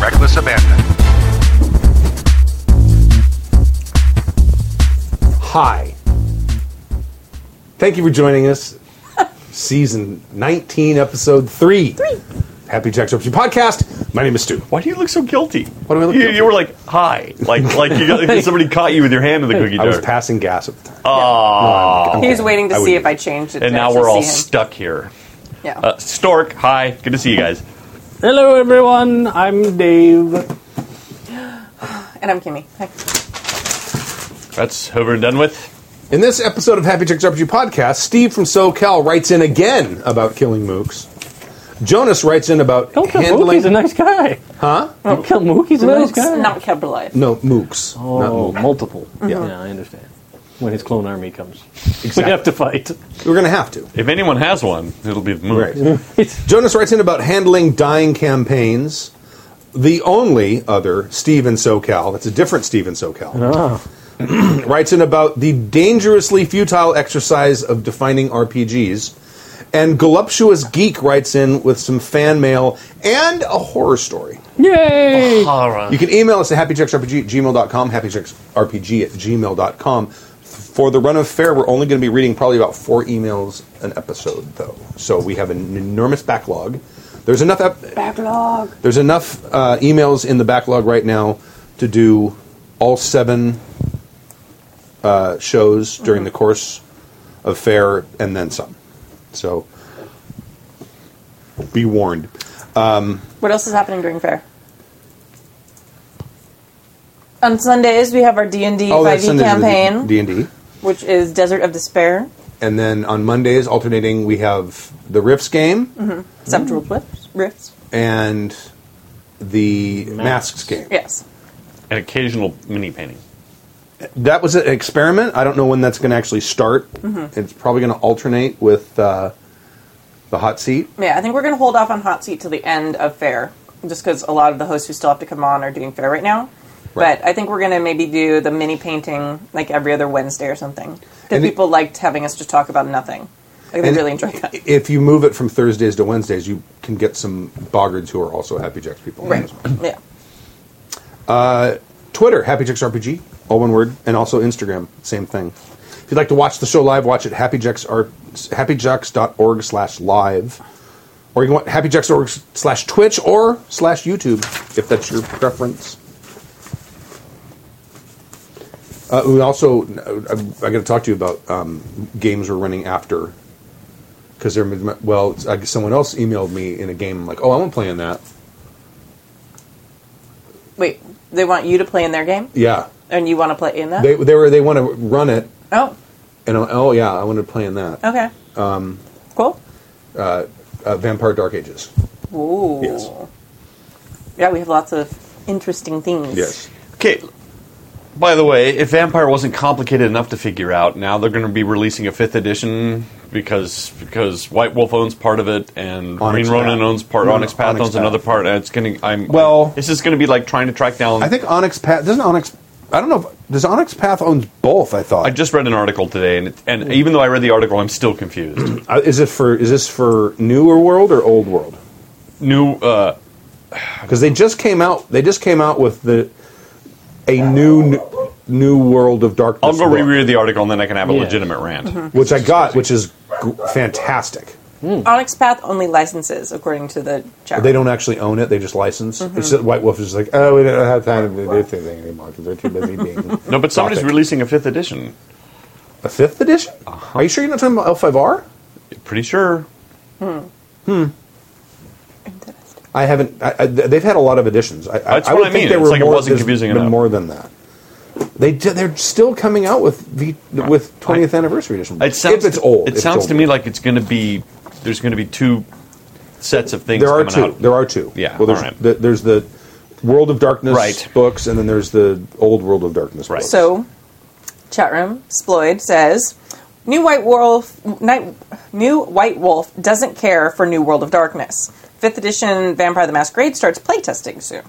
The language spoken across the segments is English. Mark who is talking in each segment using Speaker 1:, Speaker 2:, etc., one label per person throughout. Speaker 1: reckless abandon.
Speaker 2: Hi. Thank you for joining us. Season 19, episode 3. 3. Happy Jack's Option Podcast. My name is Stu.
Speaker 3: Why do you look so guilty?
Speaker 2: Why do I look
Speaker 3: you,
Speaker 2: guilty?
Speaker 3: you were like, hi. Like, like you got, somebody caught you with your hand in the cookie
Speaker 2: I was
Speaker 3: jar.
Speaker 2: passing gas at the time.
Speaker 3: Aw.
Speaker 4: He was waiting to
Speaker 2: I
Speaker 4: see
Speaker 2: would-
Speaker 4: if I changed it.
Speaker 3: and
Speaker 4: to
Speaker 3: now
Speaker 4: actually
Speaker 3: we're all
Speaker 4: see
Speaker 3: stuck here.
Speaker 4: him. Yeah.
Speaker 3: Uh, Stork, hi. Good to see you guys.
Speaker 5: Hello, everyone. I'm Dave.
Speaker 4: and I'm Kimmy. Hi.
Speaker 3: That's over and done with.
Speaker 2: In this episode of Happy Jack's RPG Podcast, Steve from SoCal writes in again about killing mooks. Jonas writes in about
Speaker 5: Don't kill
Speaker 2: handling.
Speaker 5: Mookie's a nice guy.
Speaker 2: huh?
Speaker 3: Oh.
Speaker 5: Don't kill Mookie's a nice
Speaker 4: Mook's
Speaker 5: guy.
Speaker 4: not kept alive.
Speaker 2: No, mooks. not
Speaker 5: oh,
Speaker 2: mook.
Speaker 5: multiple.
Speaker 3: Mm-hmm.
Speaker 2: Yeah.
Speaker 5: I understand. When his clone army comes,
Speaker 2: Exactly.
Speaker 5: we have to fight.
Speaker 2: We're going to have to.
Speaker 3: If anyone has one, it'll be the moon.
Speaker 2: Right.
Speaker 5: It's
Speaker 2: Jonas writes in about handling dying campaigns. The only other Steve in SoCal, that's a different Steve in SoCal,
Speaker 5: ah,
Speaker 2: writes in about the dangerously futile exercise of defining RPGs. And Goluptuous Geek writes in with some fan mail and a horror story.
Speaker 5: yay!
Speaker 2: You can email us at happyjacksrpg at gmail.com, happyjacksrpg at gmail.com. For the run of fair, we're only going to be reading probably about four emails an episode, though. So we have an enormous backlog. There's enough ep-
Speaker 4: Backlog.
Speaker 2: there's enough uh, emails in the backlog right now to do all seven uh, shows
Speaker 4: Mm-hmm.
Speaker 2: during the course of fair and then some. So be warned.
Speaker 4: What else is happening during fair? On Sundays we have our D and D
Speaker 2: Oh,
Speaker 4: five E campaign,
Speaker 2: D and D.
Speaker 4: which is Desert of Despair,
Speaker 2: and then on Mondays, alternating, we have the Rifts game
Speaker 4: Septual
Speaker 2: Mm.
Speaker 4: Rifts. Rifts.
Speaker 2: and the Masks,
Speaker 5: Masks.
Speaker 2: game.
Speaker 4: Yes.
Speaker 3: An occasional mini painting.
Speaker 2: That was an experiment. I don't know when that's going to actually start.
Speaker 4: Mm-hmm.
Speaker 2: It's probably going to alternate with uh, the hot seat.
Speaker 4: Yeah, I think we're going to hold off on hot seat till the end of fair, just because a lot of the hosts who still have to come on are doing fair right now.
Speaker 2: Right.
Speaker 4: But I think we're going to maybe do the mini painting like every other Wednesday or something, because
Speaker 2: And it-
Speaker 4: people liked having us just talk about nothing. Like they
Speaker 2: And
Speaker 4: really enjoyed that.
Speaker 2: If you move it from Thursdays to Wednesdays, you can get some boggards who are also Happy Jacks people.
Speaker 4: Right. Yeah.
Speaker 2: Twitter, Happy Jacks RPG, all one word, and also Instagram, same thing. If you'd like to watch the show live, watch it at happyjacks.r- happyjacks.org slash live. Or you can want happyjacks.org slash Twitch or slash YouTube, if that's your preference. Uh, we also, uh, I, I got to talk to you about um, games we're running after. Because they're, well, it's- I, someone else emailed me in a game, I'm like, oh, I want to play in that.
Speaker 4: Wait, they want you to play in their game,
Speaker 2: Yeah.
Speaker 4: and you want to play in that?
Speaker 2: They, they were, they want to run it
Speaker 4: oh,
Speaker 2: And I'm, oh yeah, I wanted to play in that.
Speaker 4: okay. Um, cool.
Speaker 2: Uh, Vampire Dark Ages.
Speaker 4: Ooh.
Speaker 2: Yes.
Speaker 4: Yeah, we have lots of interesting things.
Speaker 3: Okay. By the way, if Vampire wasn't complicated enough to figure out, now they're going to be releasing a fifth edition because because White Wolf owns part of it and
Speaker 2: Onyx
Speaker 3: Green Ronin
Speaker 2: Path.
Speaker 3: owns part,
Speaker 2: No, no,
Speaker 3: Onyx Path
Speaker 2: Onyx
Speaker 3: owns
Speaker 2: Path.
Speaker 3: another part, and it's going to. I'm
Speaker 2: Well-
Speaker 3: this is going to be like trying to track down.
Speaker 2: I think Onyx Path doesn't Onyx. I don't know. If, does Onyx Path owns both? I thought.
Speaker 3: I just read an article today, and it,
Speaker 2: Hmm.
Speaker 3: and even though I read the article, I'm still confused.
Speaker 2: Uh, is it for is this for newer world or old world?
Speaker 3: New, uh,
Speaker 2: Because they just came out. They just came out with the a new new world of darkness.
Speaker 3: I'll go
Speaker 2: book,
Speaker 3: reread the article, and then I can have a
Speaker 5: Yeah.
Speaker 3: legitimate rant.
Speaker 2: which I got, which is g- fantastic.
Speaker 4: Onyx Path only licenses, according to the chat.
Speaker 2: They don't actually own it; they just license. It's just, White Wolf is just like, oh, we don't have time to do this thing anymore because they're too busy being.
Speaker 3: No, but somebody's
Speaker 2: Topic.
Speaker 3: releasing a fifth edition.
Speaker 2: a fifth edition. Are you sure you're not talking about L5R?
Speaker 3: Pretty sure.
Speaker 4: Interesting.
Speaker 2: I haven't. I, I, they've had a lot of additions. I,
Speaker 3: That's
Speaker 2: I
Speaker 3: what
Speaker 2: would
Speaker 3: I
Speaker 2: Think
Speaker 3: mean.
Speaker 2: there
Speaker 3: It's
Speaker 2: were
Speaker 3: like it
Speaker 2: more,
Speaker 3: wasn't
Speaker 2: there's
Speaker 3: confusing
Speaker 2: been
Speaker 3: enough.
Speaker 2: More than that. They d- they're still coming out with v, with 20th anniversary edition.
Speaker 3: It sounds.
Speaker 2: if it's old.
Speaker 3: It
Speaker 2: if
Speaker 3: sounds
Speaker 2: it's
Speaker 3: to
Speaker 2: old.
Speaker 3: me like it's going to be. There's going to be two sets of things.
Speaker 2: there are
Speaker 3: coming
Speaker 2: two.
Speaker 3: Out.
Speaker 2: There are two.
Speaker 3: Yeah,
Speaker 2: Well, there's
Speaker 3: all right.
Speaker 2: the, there's the World of Darkness
Speaker 3: Right.
Speaker 2: books, and then there's the Old World of Darkness
Speaker 3: Right.
Speaker 2: books.
Speaker 4: So, chat room Sploid says, "New White Wolf, Night, New White Wolf doesn't care for New World of Darkness. Fifth edition Vampire the Masquerade starts playtesting soon.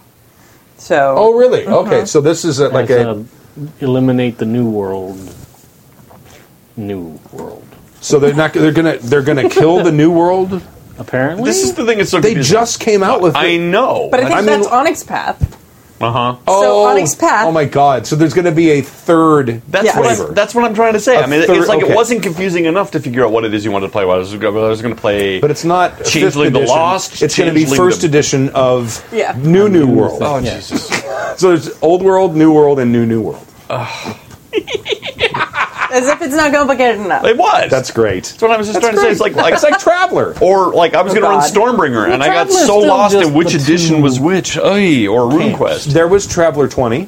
Speaker 4: So,
Speaker 2: oh really?
Speaker 4: Uh-huh.
Speaker 2: Okay. So this is a, like
Speaker 5: That's,
Speaker 2: a,
Speaker 5: uh, eliminate the new world. New world.
Speaker 2: so they're not they're gonna they're gonna kill the New World
Speaker 5: Apparently,
Speaker 3: This is the thing that's so
Speaker 2: They
Speaker 3: confusing.
Speaker 2: just came out with
Speaker 3: I
Speaker 2: it.
Speaker 3: know.
Speaker 4: But I think
Speaker 2: I mean-
Speaker 4: that's Onyx Path.
Speaker 3: Uh huh.
Speaker 4: so Onyx Path-
Speaker 2: Oh my god! So there's going to be a third
Speaker 3: That's
Speaker 4: Yeah.
Speaker 3: what
Speaker 2: flavor.
Speaker 3: I'm, that's what I'm trying to say.
Speaker 2: A
Speaker 3: I mean,
Speaker 2: third-
Speaker 3: it's like
Speaker 2: okay.
Speaker 3: it wasn't confusing enough to figure out what it is you wanted to play. Whether I was, whether I was going to play,
Speaker 2: but it's not fifth
Speaker 3: Changeling the
Speaker 2: edition.
Speaker 3: Lost,
Speaker 2: It's going to be
Speaker 3: Changeling
Speaker 2: first
Speaker 3: the-
Speaker 2: edition of
Speaker 4: Yeah.
Speaker 2: New New World.
Speaker 3: oh
Speaker 5: Yeah.
Speaker 3: Jesus,
Speaker 2: So there's old world, new world, and new new world.
Speaker 4: As if it's not complicated enough.
Speaker 3: it was.
Speaker 2: That's great.
Speaker 3: That's what I was just trying to say. It's like, like
Speaker 2: it's like Traveler.
Speaker 3: or like I was
Speaker 4: Oh,
Speaker 3: going to run
Speaker 4: God.
Speaker 3: Stormbringer, and I got
Speaker 5: Traveler's
Speaker 3: so
Speaker 5: still
Speaker 3: lost
Speaker 5: just
Speaker 3: in which
Speaker 5: the
Speaker 3: edition
Speaker 5: two
Speaker 3: was which. Oy, or
Speaker 5: camps.
Speaker 3: RuneQuest.
Speaker 2: There was Traveler 20.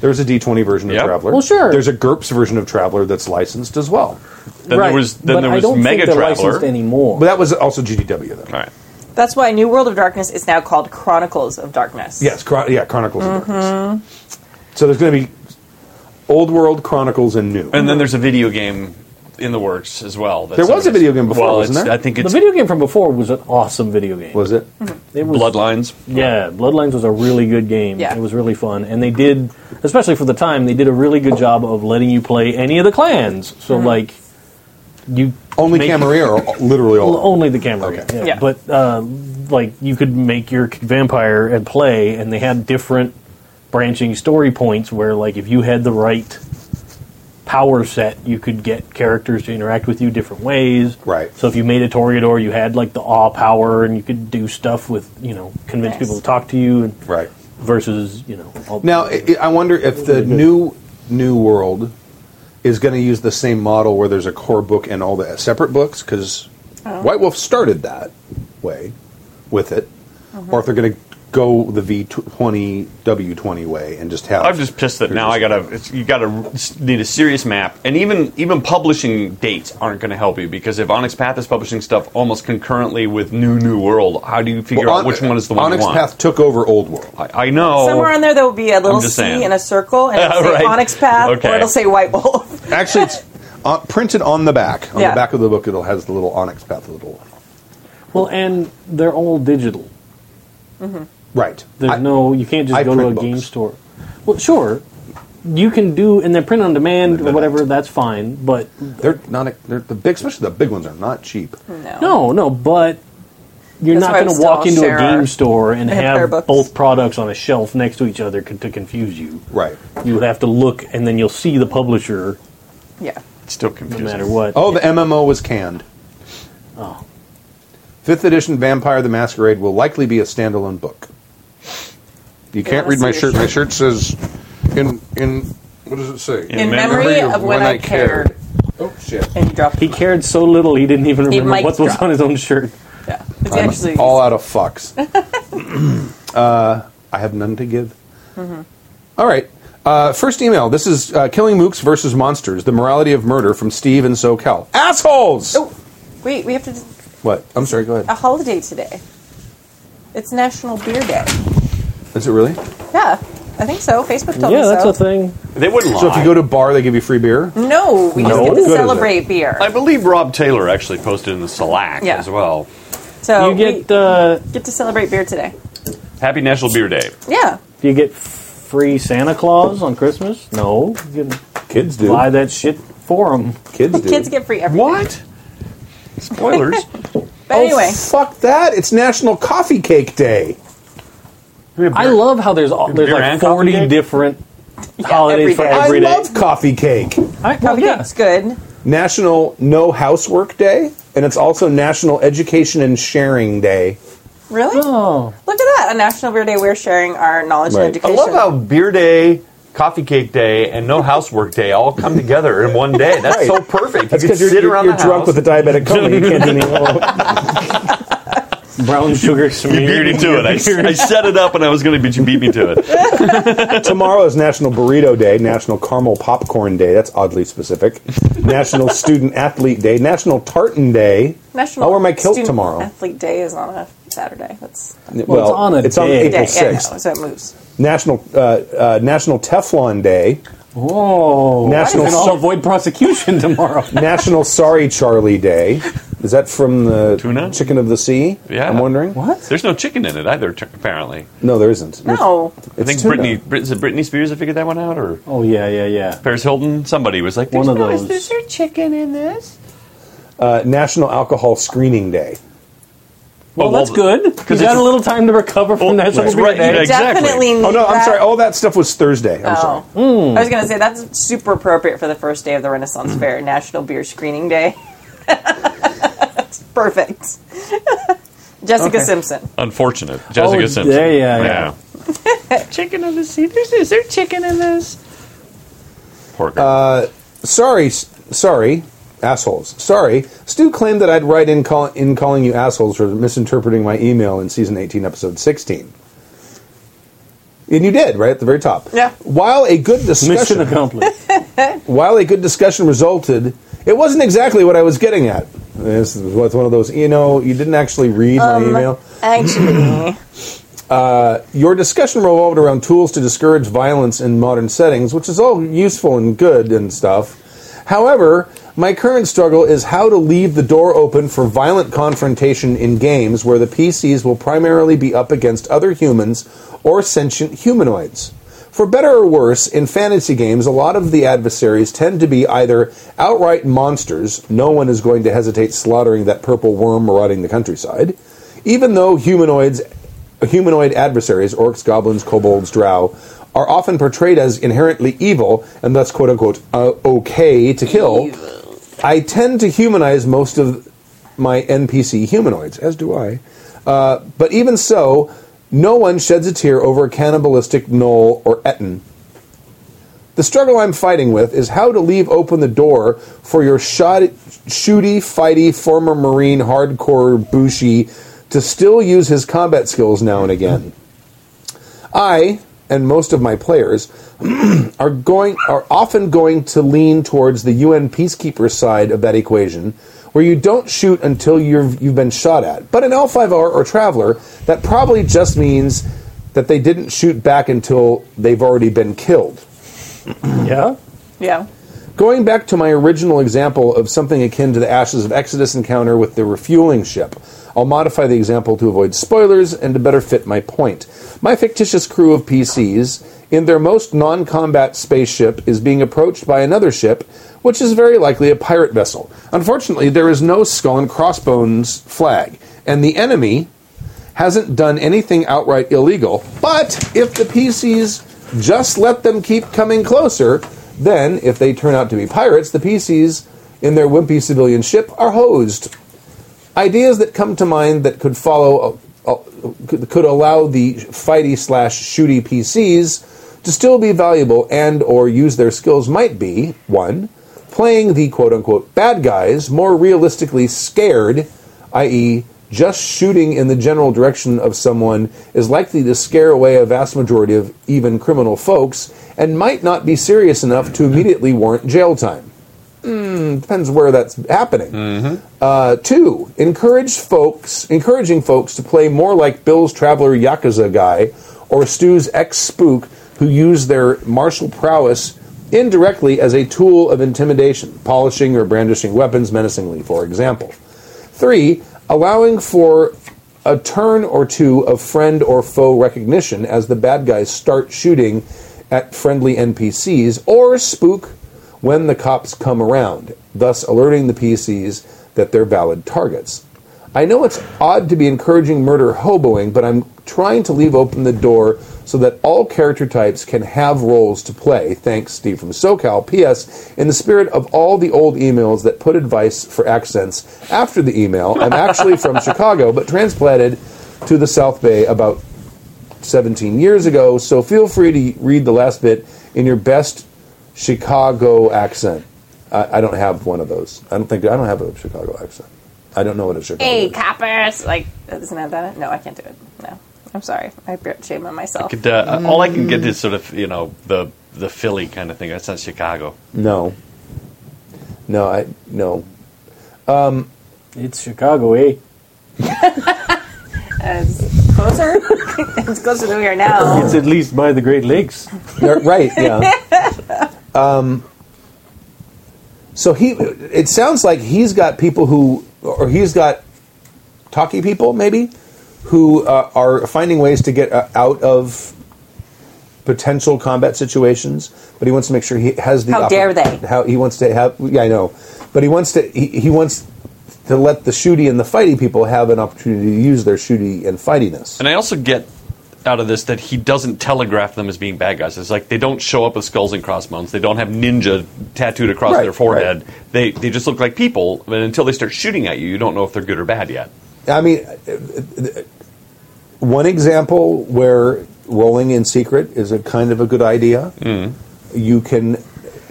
Speaker 2: There's a D20 version of
Speaker 3: Yep.
Speaker 2: Traveler.
Speaker 5: Well, sure.
Speaker 2: There's a GURPS version of Traveler that's licensed as well.
Speaker 3: Then
Speaker 5: right.
Speaker 3: there was then
Speaker 5: but
Speaker 3: there
Speaker 5: I
Speaker 3: was
Speaker 5: don't
Speaker 3: Mega
Speaker 5: think they're licensed
Speaker 3: Traveler.
Speaker 5: anymore.
Speaker 2: But that was also GDW though.
Speaker 3: All right.
Speaker 4: That's why New World of Darkness is now called Chronicles of Darkness.
Speaker 2: Yes, chron- yeah, Chronicles of Darkness.
Speaker 5: Mm-hmm.
Speaker 2: So there's going to be Old World Chronicles and New.
Speaker 3: And then there's a video game in the works as well. that
Speaker 2: There was a
Speaker 3: someone-
Speaker 2: video game before,
Speaker 3: well,
Speaker 2: wasn't
Speaker 3: it's-
Speaker 2: there?
Speaker 3: I think
Speaker 5: the
Speaker 3: it's
Speaker 5: video game from before was an awesome video game.
Speaker 2: was it?
Speaker 5: It was
Speaker 3: Bloodlines.
Speaker 5: Yeah, Bloodlines was a really good game.
Speaker 4: Yeah.
Speaker 5: It was really fun. And they did, especially for the time, they did a really good job of letting you play any of the clans. So, like, you.
Speaker 2: Only
Speaker 5: make-
Speaker 2: Camarilla, or literally all.
Speaker 5: Well, Only the camera.
Speaker 2: Oh. Okay.
Speaker 5: Yeah.
Speaker 4: Yeah.
Speaker 5: But, uh, like, you could make your vampire and play, and they had different branching story points where, like, if you had the right power set, you could get characters to interact with you different ways.
Speaker 2: Right.
Speaker 5: So if you made a Toreador, you had, like, the awe power, and you could do stuff with, you know, convince
Speaker 4: Nice.
Speaker 5: people to talk to you. And,
Speaker 2: Right.
Speaker 5: versus you know all
Speaker 2: Now, I I wonder if the new New World is going to use the same model where there's a core book and all the uh, separate books because White Wolf started that way with it, or if they're going to go the V twenty W twenty way and just have.
Speaker 3: I'm just pissed that
Speaker 2: they're
Speaker 3: now
Speaker 2: just-
Speaker 3: I gotta. It's, you gotta s- need a serious map, and even even publishing dates aren't going to help you because if Onyx Path is publishing stuff almost concurrently with New New World, how do you figure
Speaker 2: Well,
Speaker 3: out
Speaker 2: Ony-
Speaker 3: which one is the one
Speaker 2: Onyx
Speaker 3: you want?
Speaker 2: Path took over Old World.
Speaker 3: I, I know.
Speaker 4: Somewhere on there, there will be a
Speaker 3: Oh,
Speaker 4: little
Speaker 3: I'm just
Speaker 4: C
Speaker 3: saying.
Speaker 4: in a circle, and it'll say
Speaker 3: Right.
Speaker 4: Onyx Path, or
Speaker 3: Okay.
Speaker 4: it'll say White Wolf.
Speaker 2: Actually, it's uh, printed on the back. On
Speaker 4: Yeah.
Speaker 2: the back of the book, it will has the little Onyx Path little.
Speaker 5: well and they're all digital
Speaker 2: Right.
Speaker 5: there's
Speaker 2: I-
Speaker 5: no you can't just
Speaker 2: I
Speaker 5: go to a
Speaker 2: print
Speaker 5: game
Speaker 2: books.
Speaker 5: store well sure you can do and they're print on demand
Speaker 2: They're
Speaker 5: or
Speaker 2: not.
Speaker 5: whatever that's fine but
Speaker 2: They're not. They're the big, especially the big ones are not cheap.
Speaker 4: No.
Speaker 5: no no but you're
Speaker 4: That's why we
Speaker 5: not going to
Speaker 4: still
Speaker 5: walk into a
Speaker 4: share our-
Speaker 5: game store and
Speaker 4: we have pair
Speaker 5: have
Speaker 4: books.
Speaker 5: both products on a shelf next to each other con- to confuse you
Speaker 2: Right.
Speaker 5: you would have to look and then you'll see the publisher
Speaker 4: Yeah.
Speaker 3: It's still
Speaker 5: no
Speaker 3: confusing.
Speaker 5: matter what
Speaker 2: Oh, the MMO was canned.
Speaker 5: oh.
Speaker 2: Fifth edition Vampire the Masquerade will likely be a standalone book. You can't
Speaker 4: wanna
Speaker 2: read
Speaker 4: see
Speaker 2: my
Speaker 4: your
Speaker 2: shirt. My shirt says, "In in what does it say?
Speaker 4: In, memory, of when, I cared.
Speaker 2: Oh shit!
Speaker 4: And he dropped
Speaker 5: he cared so little he didn't even remember
Speaker 4: mic
Speaker 5: what was
Speaker 4: dropped.
Speaker 5: on his own shirt
Speaker 4: Yeah. It's
Speaker 2: I'm
Speaker 4: actually
Speaker 2: all out of fucks. uh, I have none to give.
Speaker 4: Mm-hmm.
Speaker 2: All right. Uh, first email. This is uh, Killing Mooks versus Monsters: The Morality of Murder from Steve and SoCal. Assholes.
Speaker 4: Oh, wait, we have to.
Speaker 2: What? I'm sorry. Go ahead.
Speaker 4: A holiday today. It's National Beer Day.
Speaker 2: Is it really?
Speaker 4: Yeah, I think so. Facebook told
Speaker 5: yeah
Speaker 4: me
Speaker 5: that's
Speaker 4: so.
Speaker 5: a thing
Speaker 3: They wouldn't lie.
Speaker 2: So if you go to a bar, they give you free beer.
Speaker 4: No, we just
Speaker 2: No.
Speaker 4: get
Speaker 2: Good
Speaker 4: to
Speaker 2: is it?
Speaker 4: celebrate beer.
Speaker 3: I believe Rob Taylor actually posted in the Slack
Speaker 4: Yeah.
Speaker 3: as well.
Speaker 4: So
Speaker 5: you
Speaker 4: Oh, we
Speaker 5: get uh,
Speaker 4: get to celebrate beer today.
Speaker 3: Happy National Beer Day.
Speaker 4: Yeah.
Speaker 5: Do you get free Santa Claus on Christmas? No, you can
Speaker 2: Kids do.
Speaker 5: buy that shit for them.
Speaker 2: Kids do.
Speaker 4: Kids get free everything.
Speaker 3: What? Spoilers.
Speaker 4: But anyway,
Speaker 2: Oh, fuck that! It's National Coffee Cake Day.
Speaker 5: I love how there's all, there's
Speaker 3: Beer
Speaker 5: like
Speaker 3: and coffee
Speaker 5: forty
Speaker 3: cake?
Speaker 5: different
Speaker 4: Yeah, every
Speaker 5: holidays for
Speaker 4: day.
Speaker 5: every day.
Speaker 2: I love coffee cake.
Speaker 5: I- well, oh, yeah.
Speaker 4: cupcake's good.
Speaker 2: National No Housework Day, and it's also National Education and Sharing Day.
Speaker 4: Really?
Speaker 5: Oh,
Speaker 4: Look at that. On National Beer Day, we're sharing our knowledge
Speaker 2: Right.
Speaker 3: I
Speaker 4: and education.
Speaker 3: love how Beer Day, Coffee Cake Day, and No Housework Day all come together in one day. That's so perfect.
Speaker 2: That's
Speaker 3: you can
Speaker 2: because you're,
Speaker 3: sit
Speaker 2: you're,
Speaker 3: around
Speaker 2: you're
Speaker 3: the
Speaker 2: drunk
Speaker 3: house.
Speaker 2: with a diabetic coma. You can't do anything else.
Speaker 5: brown sugar smeared.
Speaker 3: beat me to it. I, I set it up and I was going to beat you. Beat me to it.
Speaker 2: Oh, Tomorrow is National Burrito Day, National Caramel Popcorn Day. That's oddly specific. National Student Athlete Day, National Tartan Day.
Speaker 4: National
Speaker 2: I'll wear my kilt
Speaker 4: Student
Speaker 2: tomorrow.
Speaker 4: Athlete Day is on a Saturday. That's
Speaker 2: Well,
Speaker 5: on a day.
Speaker 2: April
Speaker 4: day. Yeah, no,
Speaker 2: sixth.
Speaker 4: so it moves.
Speaker 2: National uh, uh, National Teflon Day,
Speaker 5: Whoa!
Speaker 2: National
Speaker 5: National
Speaker 2: Salt-
Speaker 5: I'll avoid prosecution tomorrow.
Speaker 2: National Sorry Charlie Day. Is that from the
Speaker 3: Tuna?
Speaker 2: Chicken of the Sea?
Speaker 3: Yeah.
Speaker 2: I'm wondering.
Speaker 5: what?
Speaker 3: There's no chicken in it either. t- apparently,
Speaker 2: No, there isn't.
Speaker 4: No.
Speaker 2: It's
Speaker 3: I think
Speaker 2: tuna.
Speaker 3: Brittany Brit- is it Britney Spears that figured that one out, or
Speaker 5: Oh yeah, yeah, yeah.
Speaker 3: Paris Hilton. Somebody was like,
Speaker 5: One
Speaker 3: "There's
Speaker 5: of
Speaker 3: no-
Speaker 5: those.
Speaker 3: Is there chicken in this?"
Speaker 2: Uh, National Alcohol Screening Day.
Speaker 5: Oh, Well,
Speaker 3: well,
Speaker 5: Oh, that's good. You've
Speaker 3: it's-
Speaker 5: had a little time to recover from
Speaker 3: Well,
Speaker 5: that.
Speaker 3: that's
Speaker 5: Soviet
Speaker 3: right,
Speaker 5: day.
Speaker 3: yeah, Exactly.
Speaker 4: Definitely need
Speaker 2: Oh no, I'm
Speaker 4: that.
Speaker 2: sorry. All that stuff was Thursday. I'm sorry.
Speaker 4: Oh. I was going to say that's super appropriate for the first day of the Renaissance Fair, National Beer Screening Day. It's perfect. Jessica Simpson.
Speaker 3: Unfortunate. Jessica
Speaker 5: Oh,
Speaker 3: Simpson.
Speaker 5: yeah, yeah, yeah.
Speaker 3: chicken in the sea. Is there chicken in this? Poor girl.
Speaker 5: Uh,
Speaker 2: Sorry, s- sorry, assholes. Sorry. Stu claimed that I'd write in, call, in calling you assholes for misinterpreting my email in season 18, episode 16. And you did, right at the very top.
Speaker 4: Yeah.
Speaker 2: While a good
Speaker 5: Mission
Speaker 2: discussion,
Speaker 5: accomplished.
Speaker 2: while a good discussion resulted, it wasn't exactly what I was getting at. This is what's one of those, you know, you didn't actually read my email.
Speaker 4: Actually,
Speaker 2: Your discussion revolved around tools to discourage violence in modern settings, which is all useful and good and stuff. However, my current struggle is how to leave the door open for violent confrontation in games where the PCs will primarily be up against other humans or sentient humanoids. For better or worse, in fantasy games, a lot of the adversaries tend to be either outright monsters, no one is going to hesitate slaughtering that purple worm marauding the countryside, even though humanoids humanoid adversaries, orcs, goblins, kobolds, drow, are often portrayed as inherently evil and thus quote unquote uh, okay to kill. I tend to humanize most of my NPC humanoids, as do I. Uh, but even so, no one sheds a tear over a cannibalistic gnoll or etin. The struggle I'm fighting with is how to leave open the door for your shot, shooty, fighty, former Marine, hardcore bushy to still use his combat skills now and again. I and most of my players are going are often going to lean towards the UN peacekeeper side of that equation, where you don't shoot until you've you've been shot at. But an L5R or traveler, that probably just means that they didn't shoot back until they've already been killed.
Speaker 5: yeah.
Speaker 4: yeah.
Speaker 2: Going back to my original example of something akin to the Ashes of Exodus encounter with the refueling ship, I'll modify the example to avoid spoilers and to better fit my point. My fictitious crew of PCs, in their most non combat spaceship, is being approached by another ship, which is very likely a pirate vessel. Unfortunately, there is no skull and crossbones flag, and the enemy, hasn't done anything outright illegal. But if the PCs just let them keep coming closer, then if they turn out to be pirates, the PCs in their wimpy civilian ship are hosed. Ideas that come to mind that could follow uh, uh, could, could allow the fighty slash shooty PCs to still be valuable and or use their skills might be one playing the quote unquote bad guys more realistically scared, i.e. just shooting in the general direction of someone is likely to scare away a vast majority of even criminal folks and might not be serious enough to immediately warrant jail time. Hmm, depends where that's happening. Uh, two, encourage folks, encouraging folks to play more like Bill's Traveler Yakuza guy or Stu's ex spook who use their martial prowess indirectly as a tool of intimidation, polishing or brandishing weapons menacingly, for example. Three, allowing for a turn or two of friend or foe recognition as the bad guys start shooting at friendly NPCs or spook when the cops come around, thus alerting the PCs that they're valid targets. I know it's odd to be encouraging murder hoboing, but I'm trying to leave open the door so that all character types can have roles to play. Thanks, Steve from SoCal. P.S. In the spirit of all the old emails that put advice for accents after the email, I'm actually from Chicago, but transplanted to the South Bay about 17 years ago, so feel free to read the last bit in your best Chicago accent. I, I don't have one of those. I don't think I don't have a Chicago accent. I don't know what a Chicago.
Speaker 4: Hey,
Speaker 2: is.
Speaker 4: coppers! Like, isn't that that? No, I can't do it. No. I'm sorry. I brought shame on myself.
Speaker 3: Could, uh, All I can
Speaker 5: mm.
Speaker 3: get is sort of you know the the Philly kind of thing. That's not Chicago.
Speaker 2: No. No, I no.
Speaker 5: It's Chicago, eh?
Speaker 4: It's closer. it's closer than we are now.
Speaker 5: It's at least by the Great Lakes.
Speaker 2: Yeah, right, yeah. um, so he it sounds like he's got people who or he's got talkie people maybe who uh, are finding ways to get uh, out of potential combat situations, but he wants to make sure he has the
Speaker 4: How dare they.
Speaker 2: How he wants to have yeah, I know. But he wants to he, he wants to let the shooty and the fighty people have an opportunity to use their shooty and fightiness.
Speaker 3: And I also get out of this that he doesn't telegraph them as being bad guys. It's like they don't show up with skulls and crossbones. They don't have ninja tattooed across
Speaker 2: Right,
Speaker 3: their forehead. They they just look like people, and until they start shooting at you, you don't know if they're good or bad yet.
Speaker 2: I mean, uh, uh, one example where rolling in secret is a kind of a good idea. You can,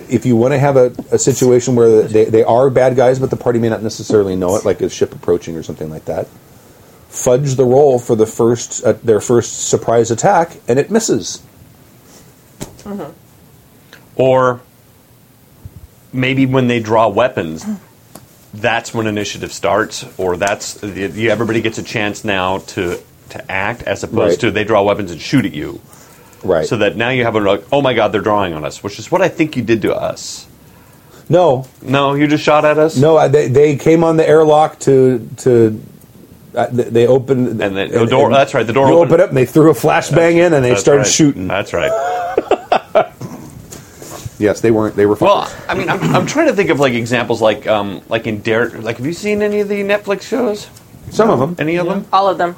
Speaker 2: if you want to have a, a situation where they, they are bad guys, but the party may not necessarily know it, like a ship approaching or something like that. Fudge the roll for the first uh, their first surprise attack, and it misses.
Speaker 3: Or maybe when they draw weapons, that's when initiative starts, or that's the, you, everybody gets a chance now to to act as opposed
Speaker 2: Right.
Speaker 3: to they draw weapons and shoot at you.
Speaker 2: Right.
Speaker 3: So that now you have a like, oh my god, they're drawing on us, which is what I think you did to us.
Speaker 2: no,
Speaker 3: No, you just shot at us.
Speaker 2: no, I- they, they came on the airlock to to. Uh, th- they opened
Speaker 3: And the- the door- that's right, the door
Speaker 2: You
Speaker 3: opened.
Speaker 2: open up, and they threw a flashbang in, and they
Speaker 3: That's
Speaker 2: started
Speaker 3: right.
Speaker 2: shooting.
Speaker 3: That's right.
Speaker 2: Yes, they weren't. They were.
Speaker 3: Well,
Speaker 2: fuckers.
Speaker 3: I mean, I'm, I'm trying to think of like examples like um, like in Dare. Like, have you seen any of the Netflix shows?
Speaker 2: some of them.
Speaker 3: Any of them?
Speaker 4: All of them.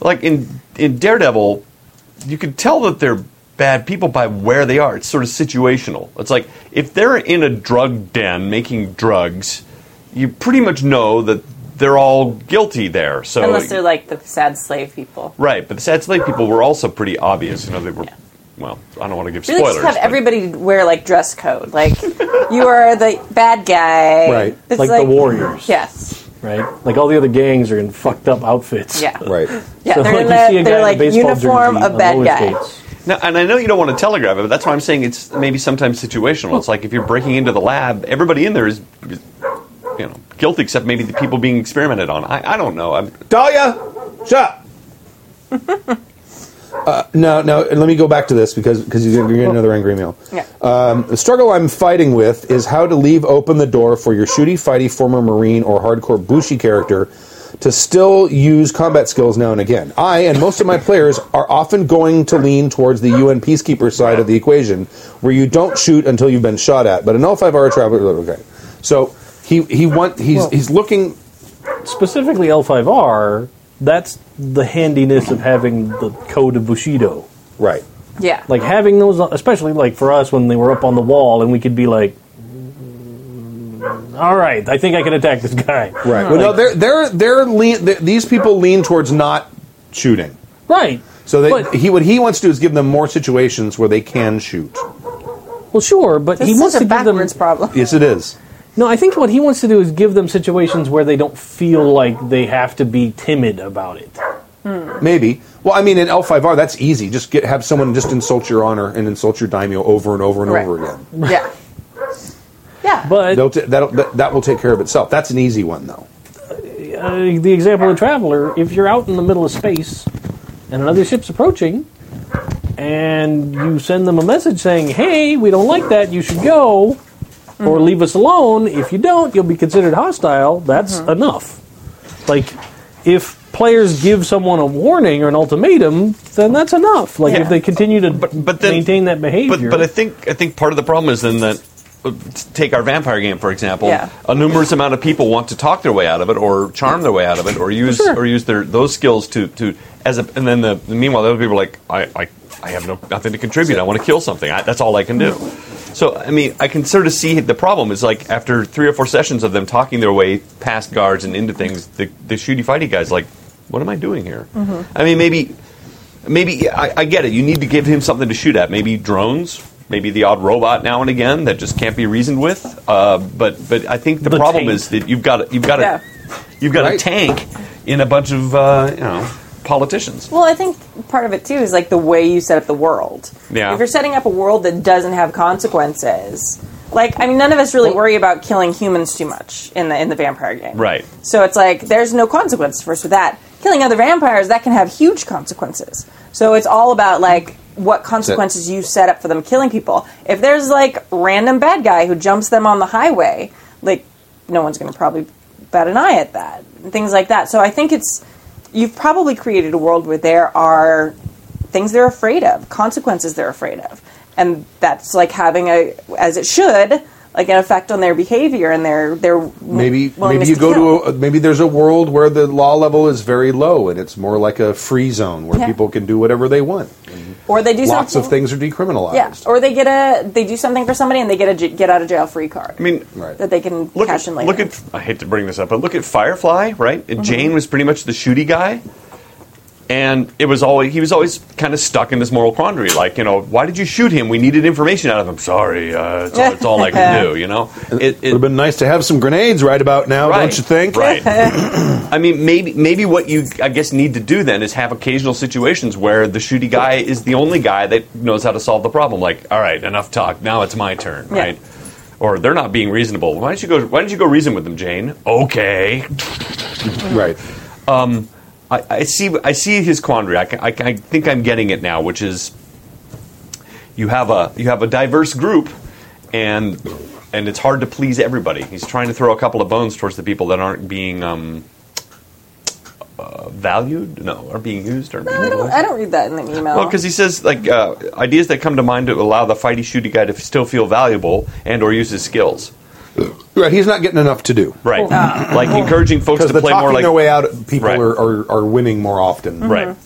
Speaker 3: Like in in Daredevil, you could tell that they're bad people by where they are. It's sort of situational. It's like if they're in a drug den making drugs, you pretty much know that they're all guilty there. So
Speaker 4: Unless they're like the sad slave people.
Speaker 3: right, but the sad slave people were also pretty obvious. You know, they were. Well, I don't want to give
Speaker 4: Really,
Speaker 3: spoilers.
Speaker 4: just have
Speaker 3: but-
Speaker 4: everybody wear like dress code. Like you are the bad guy,
Speaker 2: Right.
Speaker 4: It's
Speaker 5: Like the warriors.
Speaker 4: Yes,
Speaker 5: right? Like all the other gangs are in fucked up outfits.
Speaker 4: yeah,
Speaker 2: Right.
Speaker 4: yeah.
Speaker 5: So,
Speaker 4: they're
Speaker 5: like,
Speaker 4: in
Speaker 5: you see
Speaker 4: the, they're
Speaker 5: a guy in a
Speaker 4: like
Speaker 5: baseball
Speaker 4: uniform
Speaker 5: jersey
Speaker 4: of
Speaker 5: on
Speaker 4: bad
Speaker 5: roller
Speaker 4: guy.
Speaker 5: skates.
Speaker 3: Now, and I know you don't want to telegraph it, but that's why I'm saying it's maybe sometimes situational. It's like if you're breaking into the lab, everybody in there is, you know, guilty except maybe the people being experimented on. I, I don't know. I'm,
Speaker 2: Dahlia, shut up. uh, no, no. Let me go back to this because because you're going to get another angry mail.
Speaker 4: Yeah.
Speaker 5: Uh,
Speaker 2: Um, the struggle I'm fighting with is how to leave open the door for your shooty fighty former Marine or hardcore Bushi character to still use combat skills now and again. I and most of my players are often going to lean towards the UN peacekeeper side of the equation, where you don't shoot until you've been shot at. But an L5R traveler, okay. So he he want he's he's looking
Speaker 5: Specifically L5R, that's the handiness of having the code of Bushido.
Speaker 2: right.
Speaker 4: Yeah,
Speaker 5: Like having those, especially like for us when they were up on the wall and we could be like, "Mm, all right, I think I can attack this guy.
Speaker 2: Right. Well, no, they're they're they're lean. th these people lean towards not shooting.
Speaker 5: Right.
Speaker 2: So they,
Speaker 5: But-
Speaker 2: he what he wants to do is give them more situations where they can shoot.
Speaker 5: Well, sure, but
Speaker 4: this
Speaker 5: he
Speaker 4: is
Speaker 5: wants
Speaker 4: such
Speaker 5: to
Speaker 4: a
Speaker 5: give them.
Speaker 4: backwards problem.
Speaker 2: Yes, it is.
Speaker 5: No, I think what he wants to do is give them situations where they don't feel like they have to be timid about it.
Speaker 2: Maybe. Well, I mean, in L five R, that's easy. Just get have someone just insult your honor and insult your daimyo over and over and
Speaker 4: Right.
Speaker 2: over again.
Speaker 4: Yeah, yeah.
Speaker 5: But
Speaker 2: They'll ta- that'll, that that will take care of itself. That's an easy one, though.
Speaker 5: uh, the example of Traveler, if you're out in the middle of space and another ship's approaching, and you send them a message saying, hey, we don't like that, you should go, or leave us alone, if you don't, you'll be considered hostile, that's enough. Like, if players give someone a warning or an ultimatum, then that's enough. Like,
Speaker 3: Yeah.
Speaker 5: if they continue to
Speaker 3: but then-
Speaker 5: maintain that behavior.
Speaker 3: but but I think I think part of the problem is then that uh, take our vampire game for example.
Speaker 4: Yeah.
Speaker 3: A numerous amount of people want to talk their way out of it, or charm their way out of it, or use
Speaker 5: Sure.
Speaker 3: or use their those skills to to as a and then the meanwhile the other people are like I I, I have no nothing to contribute. I want to kill something. I, that's all I can do. So I mean I can sort of see the problem is like after three or four sessions of them talking their way past guards and into things, the the shooty fighty guys like what am I doing here?
Speaker 5: Mm-hmm.
Speaker 3: I mean maybe maybe I, I get it. You need to give him something to shoot at. Maybe drones. Maybe the odd robot now and again that just can't be reasoned with. Uh, but but I think the,
Speaker 5: The
Speaker 3: problem
Speaker 5: tank.
Speaker 3: is that you've got a, you've got
Speaker 4: Yeah.
Speaker 3: a you've got a
Speaker 2: Right.
Speaker 3: tank in a bunch of uh, you know politicians.
Speaker 4: Well, I think part of it too is like the way you set up the world.
Speaker 3: Yeah.
Speaker 4: If you're setting up a world that doesn't have consequences, like I mean, none of us really worry about killing humans too much in the in the vampire game,
Speaker 3: Right.
Speaker 4: So it's like there's no consequence for us for that. Killing other vampires that can have huge consequences. So it's all about like what consequences you set up for them killing people. If there's like random bad guy who jumps them on the highway, like no one's going to probably bat an eye at that. and Things like that. So I think it's you've probably created a world where there are things they're afraid of, consequences they're afraid of. And that's like having a, as it should, like an effect on their behavior and their their w-
Speaker 2: Maybe maybe
Speaker 4: willingness
Speaker 2: you go
Speaker 4: kill.
Speaker 2: to a, maybe there's a world where the law level is very low and it's more like a free zone where
Speaker 4: Yeah.
Speaker 2: people can do whatever they want.
Speaker 4: or they do
Speaker 2: Lots
Speaker 4: something
Speaker 2: of things are decriminalized.
Speaker 4: yeah or they get a they do something for somebody and they get a j- get out of jail free card
Speaker 3: I mean,
Speaker 2: Right.
Speaker 4: that they can
Speaker 3: look
Speaker 4: cash
Speaker 3: at,
Speaker 4: in later Mm-hmm.
Speaker 3: look at I hate to bring this up, but look at Firefly, right? Jane was pretty much the shooty guy. And it was always he was always kind of stuck in this moral quandary, like you know, why did you shoot him? We needed information out of him. Sorry, uh, it's, all, it's all I can do, you know. It,
Speaker 2: It would have been nice to have some grenades right about now, don't you think?
Speaker 3: Right. I mean, maybe maybe what you I guess need to do then is have occasional situations where the shooty guy is the only guy that knows how to solve the problem. Like, all right, enough talk. Now it's my turn,
Speaker 4: Yeah.
Speaker 3: right? Or they're not being reasonable. Why don't you go? Why don't you go reason with them, Jane? Okay.
Speaker 2: Right.
Speaker 3: I, I see. I see his quandary. I, ca- I, ca- I think I'm getting it now, which is you have a you have a diverse group, and and it's hard to please everybody. He's trying to throw a couple of bones towards the people that aren't being um, uh, valued. No, are being used or
Speaker 4: I don't, I don't read that in the email
Speaker 3: well, because he says like uh, ideas that come to mind to allow the fighty shooty guy to f- still feel valuable and or use his skills.
Speaker 2: Right. He's not getting enough to do.
Speaker 3: Right, like encouraging folks
Speaker 2: Because
Speaker 3: to
Speaker 2: the
Speaker 3: play
Speaker 2: talking
Speaker 3: more like
Speaker 2: their way out, people
Speaker 3: Right.
Speaker 2: are, are, are winning more often.
Speaker 4: Mm-hmm.
Speaker 3: Right. Mm-hmm.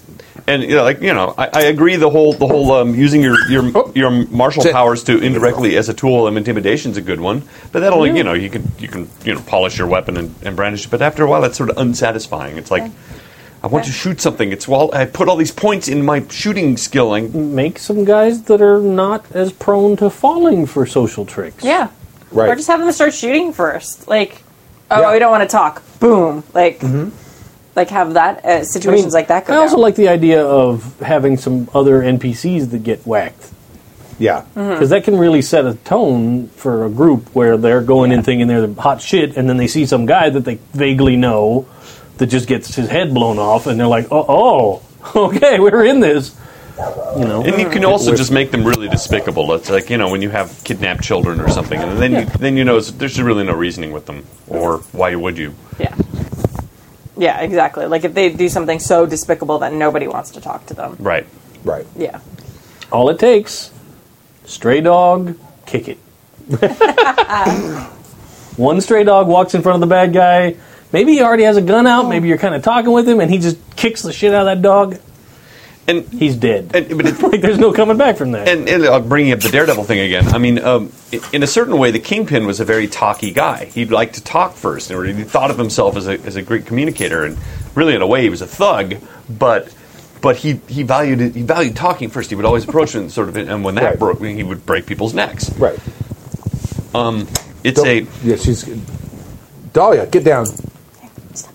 Speaker 3: And you know, like you know, I, I agree. The whole the whole um, using your your your martial
Speaker 2: Sit.
Speaker 3: powers to indirectly as a tool of intimidation is a good one. But that only you know you can you can you know polish your weapon and, and brandish it. But after a while, that's sort of unsatisfying. It's like I want to shoot something. It's well, I put all these points in my shooting skill. And
Speaker 5: Make some guys that are not as prone to falling for social tricks.
Speaker 4: yeah
Speaker 2: Right.
Speaker 4: or just have them start shooting first like oh
Speaker 2: Yeah.
Speaker 4: we don't want to talk boom like like have that uh,
Speaker 5: I mean,
Speaker 4: situations like that go
Speaker 5: I also
Speaker 4: down.
Speaker 5: like the idea of having some other NPCs that get whacked.
Speaker 2: Yeah.
Speaker 4: Mm-hmm.
Speaker 5: Because that can really set a tone for a group where they're going in thinking they're the hot shit, and then they see some guy that they vaguely know that just gets his head blown off, and they're like, "Oh, oh okay, we're in this." You know,
Speaker 3: and you can also just make them really despicable. It's like you know when you have kidnapped children or something, and then you, then you know there's really no reasoning with them, or why would you?
Speaker 4: Yeah. Yeah, exactly. Like if they do something so despicable that nobody wants to talk to them.
Speaker 3: Right.
Speaker 2: Right.
Speaker 4: Yeah.
Speaker 5: all it takes, stray dog, kick it. One stray dog walks in front of the bad guy. Maybe he already has a gun out. Maybe you're kind of talking with him, and he just kicks the shit out of that dog.
Speaker 3: And
Speaker 5: He's dead.
Speaker 3: and but it's,
Speaker 5: like there's no coming back from that.
Speaker 3: and, and uh, bringing up the Daredevil thing again, I mean, um, i- in a certain way, the Kingpin was a very talky guy. He liked to talk first, and he thought of himself as a, as a great communicator. And really, in a way, he was a thug, but but he, he valued it, he valued talking first. He would always approach and sort of, and when that
Speaker 2: Right.
Speaker 3: broke, he would break people's necks.
Speaker 2: Right.
Speaker 3: It's a
Speaker 2: yeah, she's. Dahlia, get down.
Speaker 4: Stop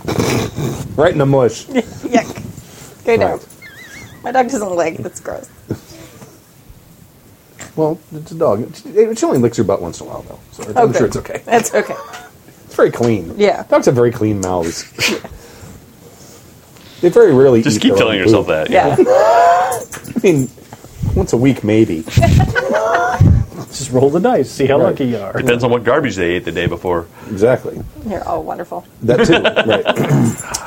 Speaker 4: it.
Speaker 2: Right in the mush.
Speaker 4: Yuck. Go down.
Speaker 2: Right.
Speaker 4: My dog doesn't like. That's gross.
Speaker 2: Well, it's a dog. It's- it- She only licks her butt once in a while, though. So I'm
Speaker 4: Okay.
Speaker 2: sure it's okay.
Speaker 4: Oh, That's okay.
Speaker 2: It's very clean.
Speaker 4: Yeah.
Speaker 2: Dogs have very clean mouths. they very rarely
Speaker 3: just
Speaker 2: eat
Speaker 3: keep
Speaker 2: their
Speaker 3: telling
Speaker 2: own
Speaker 3: yourself
Speaker 2: poop.
Speaker 3: that.
Speaker 4: Yeah.
Speaker 2: I mean, once a week, maybe.
Speaker 5: Just roll the dice, see how
Speaker 2: Right.
Speaker 5: lucky you are.
Speaker 3: Depends on what garbage they ate the day before.
Speaker 2: exactly.
Speaker 4: You're all wonderful.
Speaker 2: That too. right.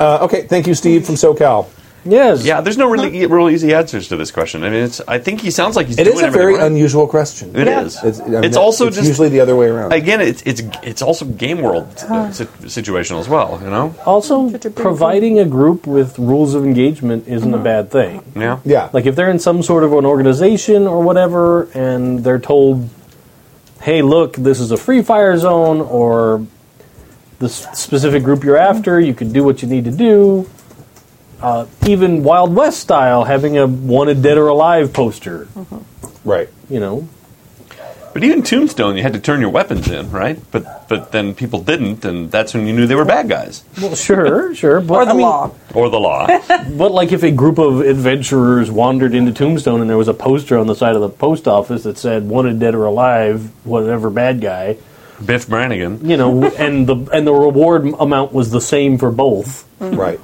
Speaker 2: Uh, okay. Thank you, Steve from SoCal.
Speaker 5: Yes.
Speaker 3: Yeah, there's no really e, real easy answers to this question. I mean, it's I think he sounds like he's
Speaker 2: It
Speaker 3: doing
Speaker 2: is a
Speaker 3: everything
Speaker 2: very
Speaker 3: right.
Speaker 2: unusual question.
Speaker 3: It
Speaker 2: It is.
Speaker 3: Yeah. is.
Speaker 2: It's, I mean,
Speaker 3: It's also just-
Speaker 2: usually the other way around.
Speaker 3: again, it's it's it's also game world uh, si- situational as well. You know,
Speaker 5: Also, providing a group with rules of engagement isn't a bad thing.
Speaker 3: yeah,
Speaker 2: yeah.
Speaker 5: Like if they're in some sort of an organization or whatever, and they're told, "Hey, look, this is a free fire zone," or the s- specific group you're after, you can do what you need to do. Uh, even Wild West style, having a wanted dead or alive poster,
Speaker 2: right.
Speaker 5: you know,
Speaker 3: But even Tombstone, you had to turn your weapons in, right? But but then people didn't, and that's when you knew they were bad guys
Speaker 5: Well, sure, sure, but
Speaker 4: Or the
Speaker 5: I mean,
Speaker 4: law.
Speaker 3: or the law.
Speaker 5: But like, if a group of adventurers wandered into Tombstone and there was a poster on the side of the post office that said "Wanted dead or alive, whatever bad guy,"
Speaker 3: Biff Brannigan.
Speaker 5: you know, and the and the reward m- amount was the same for both,
Speaker 4: Mm-hmm.
Speaker 2: Right.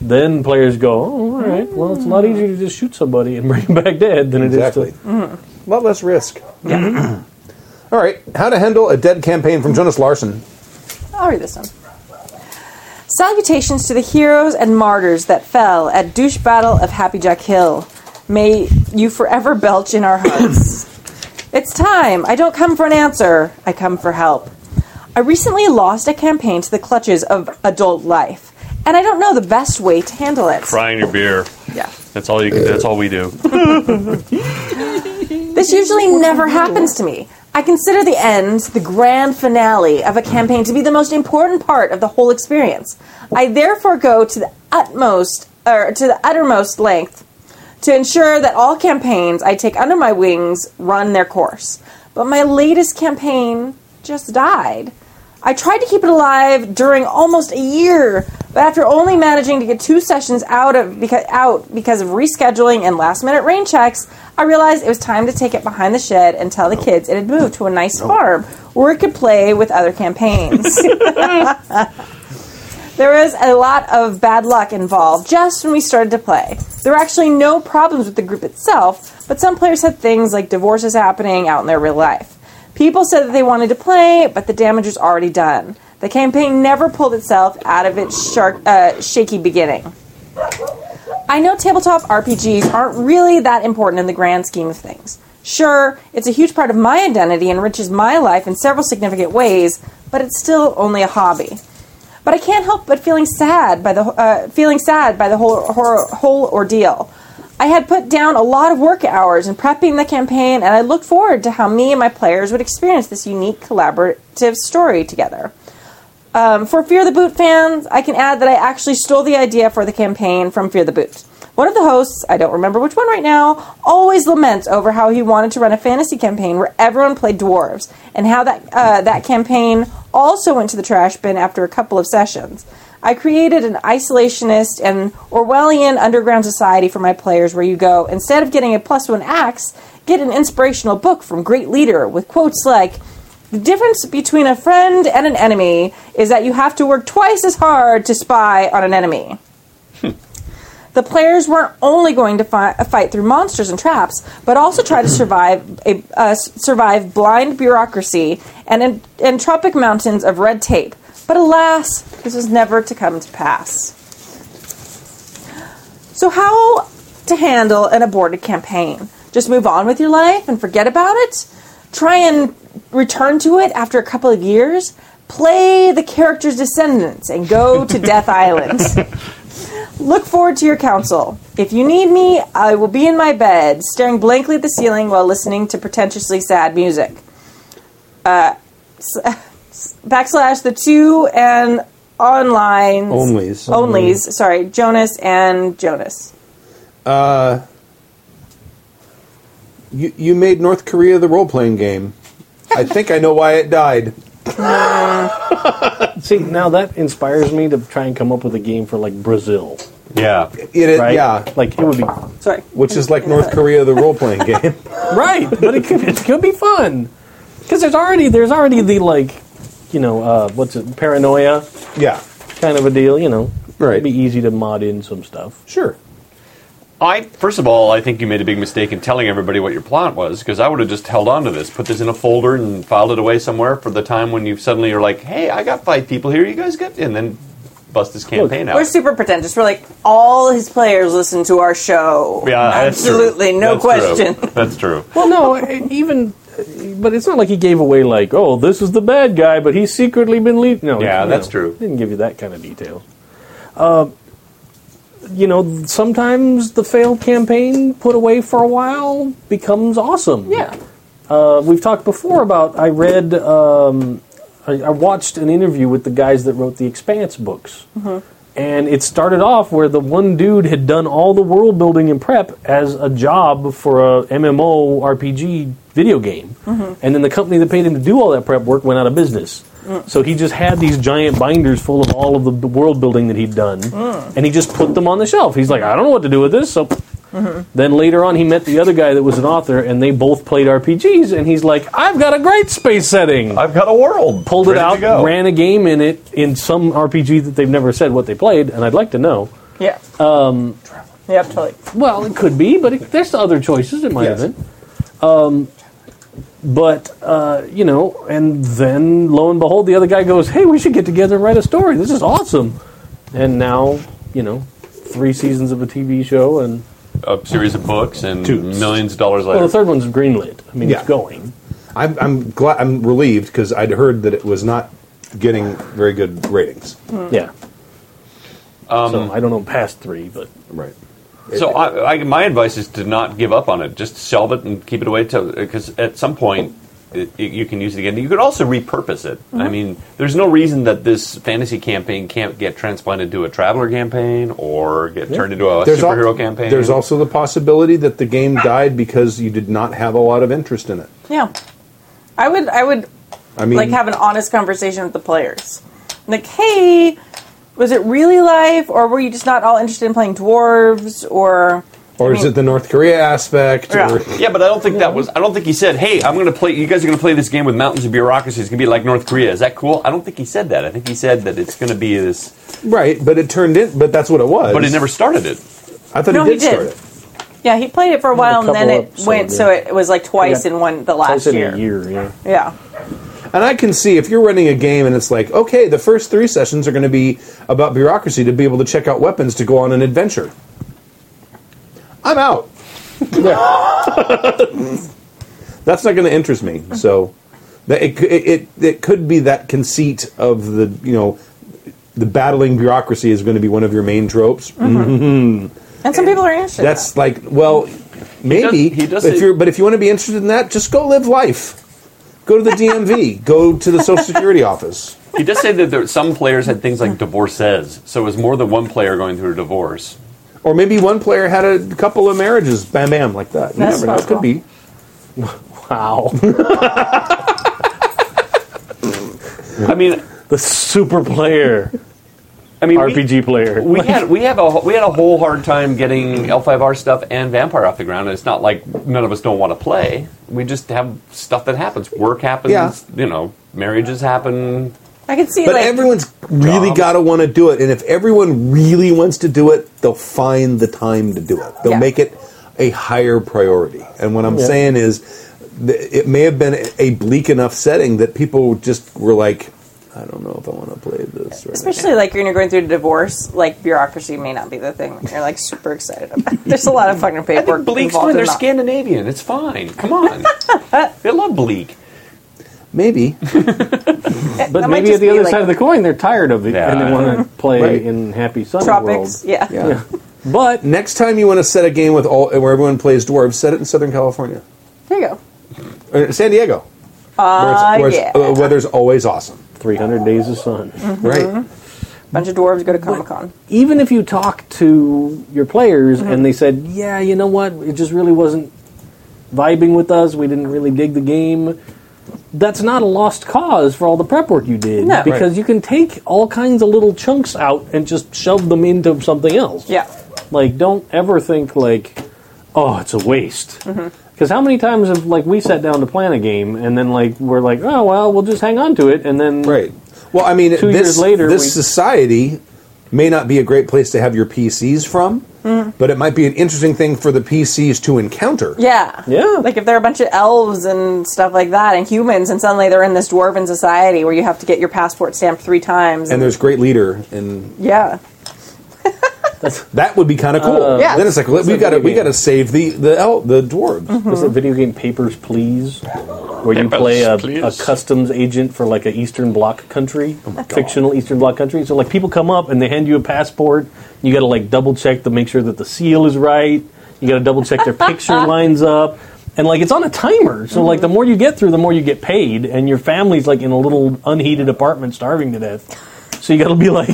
Speaker 5: then players go, "Oh, all right, well, it's a lot easier to just shoot somebody and bring him back dead than it is
Speaker 2: Exactly.
Speaker 5: to."
Speaker 2: A lot Mm-hmm. less risk. All right. How to handle a dead campaign from Jonas Larson.
Speaker 4: I'll read this one. Salutations to the heroes and martyrs that fell at douche battle of Happy Jack Hill. May you forever belch in our hearts. It's time. I don't come for an answer. I come for help. I recently lost a campaign to the clutches of adult life, and I don't know the best way to handle it.
Speaker 3: Crying your beer.
Speaker 4: Yeah.
Speaker 3: That's all you. That's all we do.
Speaker 4: This usually never happens to me. I consider the end, the grand finale of a campaign, to be the most important part of the whole experience. I therefore go to the utmost, or to the uttermost length, to ensure that all campaigns I take under my wings run their course. But my latest campaign just died. I tried to keep it alive during almost a year, but after only managing to get two sessions out of because out because of rescheduling and last minute rain checks, I realized it was time to take it behind the shed and tell the kids it had moved to a nice farm where it could play with other campaigns. There was a lot of bad luck involved just when we started to play. There were actually no problems with the group itself, but some players had things like divorces happening out in their real life. People said that they wanted to play, but the damage was already done. The campaign never pulled itself out of its shark, uh, shaky beginning. I know tabletop RPGs aren't really that important in the grand scheme of things. Sure, it's a huge part of my identity and enriches my life in several significant ways, but it's still only a hobby. But I can't help but feeling sad by the uh, feeling sad by the whole hor- whole ordeal. I had put down a lot of work hours in prepping the campaign, and I looked forward to how me and my players would experience this unique collaborative story together. Um, for Fear the Boot fans, I can add that I actually stole the idea for the campaign from Fear the Boot. One of the hosts, I don't remember which one right now, always laments over how he wanted to run a fantasy campaign where everyone played dwarves, and how that uh, that campaign also went to the trash bin after a couple of sessions. I created an isolationist and Orwellian underground society for my players where you go, instead of getting a plus one axe, get an inspirational book from great leader with quotes like, the difference between a friend and an enemy is that you have to work twice as hard to spy on an enemy. The players weren't only going to fi- fight through monsters and traps, but also try to survive a, uh, survive blind bureaucracy and en- entropic mountains of red tape. But alas, this was never to come to pass. So, how to handle an aborted campaign? Just move on with your life and forget about it? Try and return to it after a couple of years? Play the character's descendants and go to Death Island. Look forward to your counsel. If you need me, I will be in my bed, staring blankly at the ceiling while listening to pretentiously sad music. Uh, s- backslash the two and online
Speaker 2: Onlys.
Speaker 4: onlys. Sorry, Jonas and Jonas.
Speaker 2: You, you made North Korea the role playing game. I think I know why it died.
Speaker 5: See, now that inspires me to try and come up with a game for like Brazil,
Speaker 3: Yeah.
Speaker 2: It, it-
Speaker 5: right?
Speaker 2: Uh, yeah,
Speaker 5: like it would be
Speaker 4: Sorry,
Speaker 2: which is like North Korea the role playing game.
Speaker 5: right, but it could, it could be fun because there's already there's already the like, you know, uh, what's it, paranoia
Speaker 2: Yeah,
Speaker 5: kind of a deal. You know,
Speaker 2: Right.
Speaker 5: It'd be easy to mod in some stuff.
Speaker 2: sure.
Speaker 3: I first of all, I think you made a big mistake in telling everybody what your plot was because I would have just held on to this, put this in a folder, and filed it away somewhere for the time when you suddenly are like, "Hey, I got five people here. You guys got," and then bust this campaign
Speaker 4: we're
Speaker 3: out.
Speaker 4: super pretentious. We're like all his players listen to our show.
Speaker 3: that's true.
Speaker 4: absolutely, no
Speaker 3: That's
Speaker 4: question.
Speaker 3: True. That's true.
Speaker 5: Well, no, e- even. But it's not like he gave away like, oh, this is the bad guy, but he's secretly been leading. No,
Speaker 3: Yeah,
Speaker 5: you
Speaker 3: that's
Speaker 5: know,
Speaker 3: true.
Speaker 5: Didn't give you that kind of detail. Uh, you know, sometimes the failed campaign put away for a while becomes awesome.
Speaker 4: Yeah.
Speaker 5: Uh, we've talked before about. I read. Um, I, I watched an interview with the guys that wrote the Expanse books, and it started off where the one dude had done all the world building and prep as a job for a MMO RPG video game, and then the company that paid him to do all that prep work went out of business. So he just had these giant binders full of all of the, the world building that he'd done, and he just put them on the shelf. He's like, I don't know what to do with this, so then later on, he met the other guy that was an author, and they both played RPGs. And he's like, "I've got a great space setting."
Speaker 3: I've got a world.
Speaker 5: Pulled it
Speaker 3: ready to
Speaker 5: out,
Speaker 3: go.
Speaker 5: ran a game in it in some RPG that they've never said what they played, and I'd like to know.
Speaker 4: Yeah. Um. Yep. Totally.
Speaker 5: Well, it could be, but it, there's other choices. It might
Speaker 2: Yes.
Speaker 5: have been. Um, but uh, you know, and then lo and behold, the other guy goes, "Hey, we should get together and write a story. This is awesome." And now, you know, three seasons of a TV show and
Speaker 3: a series of books and
Speaker 2: Two.
Speaker 3: millions of dollars later.
Speaker 5: Well, the third one's greenlit. I mean,
Speaker 2: Yeah.
Speaker 5: it's going.
Speaker 2: I'm, I'm glad. I'm relieved because I'd heard that it was not getting very good ratings.
Speaker 3: Hmm.
Speaker 4: Hmm.
Speaker 5: Yeah.
Speaker 3: Um,
Speaker 5: so I don't know past three, but
Speaker 2: Right.
Speaker 3: So I, I, my advice is to not give up on it. Just shelve it and keep it away till because at some point it, it, you can use it again. You could also repurpose it. I mean, there's no reason that this fantasy campaign can't get transplanted to a traveler campaign or get turned into a
Speaker 2: There's al-
Speaker 3: superhero campaign.
Speaker 2: There's also the possibility that the game died because you did not have a lot of interest in it.
Speaker 4: Yeah, I would. I would
Speaker 2: I mean,
Speaker 4: like have an honest conversation with the players. Like, hey, was it really life, or were you just not all interested in playing dwarves? Or
Speaker 2: or is it the North Korea aspect?
Speaker 4: Yeah.
Speaker 2: Or,
Speaker 3: Yeah, but I don't think that was. I don't think he said, "Hey, I'm going to play. You guys are going to play this game with mountains of bureaucracy. It's going to be like North Korea. Is that cool?" I don't think he said that. I think he said that it's going to be this.
Speaker 2: right, but it turned in. But that's what it was.
Speaker 3: But it never started it.
Speaker 2: I thought
Speaker 4: No,
Speaker 2: he
Speaker 4: he
Speaker 2: did, start
Speaker 4: did.
Speaker 2: it.
Speaker 4: yeah, he played it for a while, and then it
Speaker 5: couple episodes,
Speaker 4: went. So
Speaker 5: yeah.
Speaker 4: it was like twice
Speaker 5: Yeah.
Speaker 4: in one the last
Speaker 5: twice in
Speaker 4: year.
Speaker 5: a year. Yeah.
Speaker 4: Yeah,
Speaker 2: And I can see if you're running a game and it's like, okay, the first three sessions are going to be about bureaucracy to be able to check out weapons to go on an adventure. I'm out. That's not going to interest me. So that it, c- it, it, it could be that conceit of the, you know, the battling bureaucracy is going to be one of your main tropes.
Speaker 4: Mm-hmm. and some people are interested. in
Speaker 2: That's like, well, maybe.
Speaker 3: does- he does
Speaker 2: if
Speaker 3: say-
Speaker 2: you're, but if you want to be interested in that, just go live life. Go to the DMV. go to the Social Security office.
Speaker 3: He does say that there, some players had things like divorces, so it was more than one player going through a divorce.
Speaker 2: Or maybe one player had a couple of marriages, bam, bam, like that. You
Speaker 4: That's
Speaker 2: never know. It could
Speaker 4: possible.
Speaker 2: be.
Speaker 5: Wow.
Speaker 3: I mean,
Speaker 5: the super player,
Speaker 3: I mean, we-
Speaker 5: RPG player.
Speaker 3: We had we have a we had a whole hard time getting L5R stuff and Vampire off the ground. And it's not like none of us don't want to play. We just have stuff that happens. Work happens.
Speaker 2: Yeah.
Speaker 3: You know, marriages happen.
Speaker 4: that. I could see
Speaker 2: But
Speaker 4: like
Speaker 2: everyone's really
Speaker 3: Jobs.
Speaker 2: got to want to do it. And if everyone really wants to do it, they'll find the time to do it. They'll
Speaker 4: Yeah.
Speaker 2: make it a higher priority. And what I'm
Speaker 5: Yeah.
Speaker 2: saying is, th- it may have been a bleak enough setting that people just were like, I don't know if I want to play this. Right now.
Speaker 4: Especially like when you're going through a divorce, like bureaucracy may not be the thing that you're like super excited about. There's a lot of fucking
Speaker 3: I
Speaker 4: paperwork
Speaker 3: think Bleak's
Speaker 4: involved.
Speaker 3: fine.
Speaker 4: in
Speaker 3: They're
Speaker 4: that.
Speaker 3: Scandinavian. It's fine. Come on. they love Bleak.
Speaker 2: Maybe.
Speaker 5: but
Speaker 4: that might
Speaker 5: maybe at
Speaker 4: just
Speaker 5: the
Speaker 4: be,
Speaker 5: other
Speaker 4: like-
Speaker 5: side of the coin, they're tired of it
Speaker 3: Yeah.
Speaker 5: and they want to play
Speaker 2: Right.
Speaker 5: in Happy Sun
Speaker 4: tropics.
Speaker 5: World.
Speaker 4: Yeah.
Speaker 2: Yeah.
Speaker 5: But
Speaker 2: Next time you want to set a game with all where everyone plays dwarves, set it in Southern California,
Speaker 4: There you go.
Speaker 2: or San Diego,
Speaker 4: Uh,
Speaker 2: where, it's, where
Speaker 4: yeah. Mm-hmm.
Speaker 2: it's- uh, weather's always awesome.
Speaker 5: 300 Days of Sun.
Speaker 2: Right.
Speaker 4: bunch of dwarves go to Comic Con.
Speaker 5: Even if you talk to your players and they said, "Yeah, you know what? It just really wasn't vibing with us. We didn't really dig the game." That's not a lost cause for all the prep work you did
Speaker 4: No. Right.
Speaker 5: because you can take all kinds of little chunks out and just shove them into something else.
Speaker 4: Yeah.
Speaker 5: Like, don't ever think like, oh, it's a waste. Because how many times have like we sat down to plan a game and then like we're like, oh well, we'll just hang on to it, and then
Speaker 2: Right. Well, I mean,
Speaker 5: Two
Speaker 2: this,
Speaker 5: years later,
Speaker 2: this
Speaker 5: we-
Speaker 2: society may not be a great place to have your PCs from, but it might be an interesting thing for the PCs to encounter.
Speaker 4: Mm. Yeah.
Speaker 5: Yeah.
Speaker 4: Like if there are a bunch of elves and stuff like that and humans and suddenly they're in this dwarven society where you have to get your passport stamped three times.
Speaker 2: And there's great leader, and
Speaker 4: yeah.
Speaker 2: that would be kind of cool.
Speaker 4: Yeah.
Speaker 2: Then it's like we
Speaker 5: a
Speaker 2: got to
Speaker 5: video
Speaker 2: we got to
Speaker 5: game.
Speaker 2: save the the el- the dwarves.
Speaker 5: Is it video game Papers Please, where you
Speaker 3: Papers,
Speaker 5: play a, a
Speaker 3: Please. Oh
Speaker 5: customs agent for like an Eastern Bloc country, fictional Eastern Bloc country? So like people come up and they hand you a passport. You got to like double check to make sure that the seal is right. You got to double check their picture lines up, and like it's on a timer. So like the more you get through, the more you get paid, and your family's like in a little unheated apartment starving to death. So you got to be like,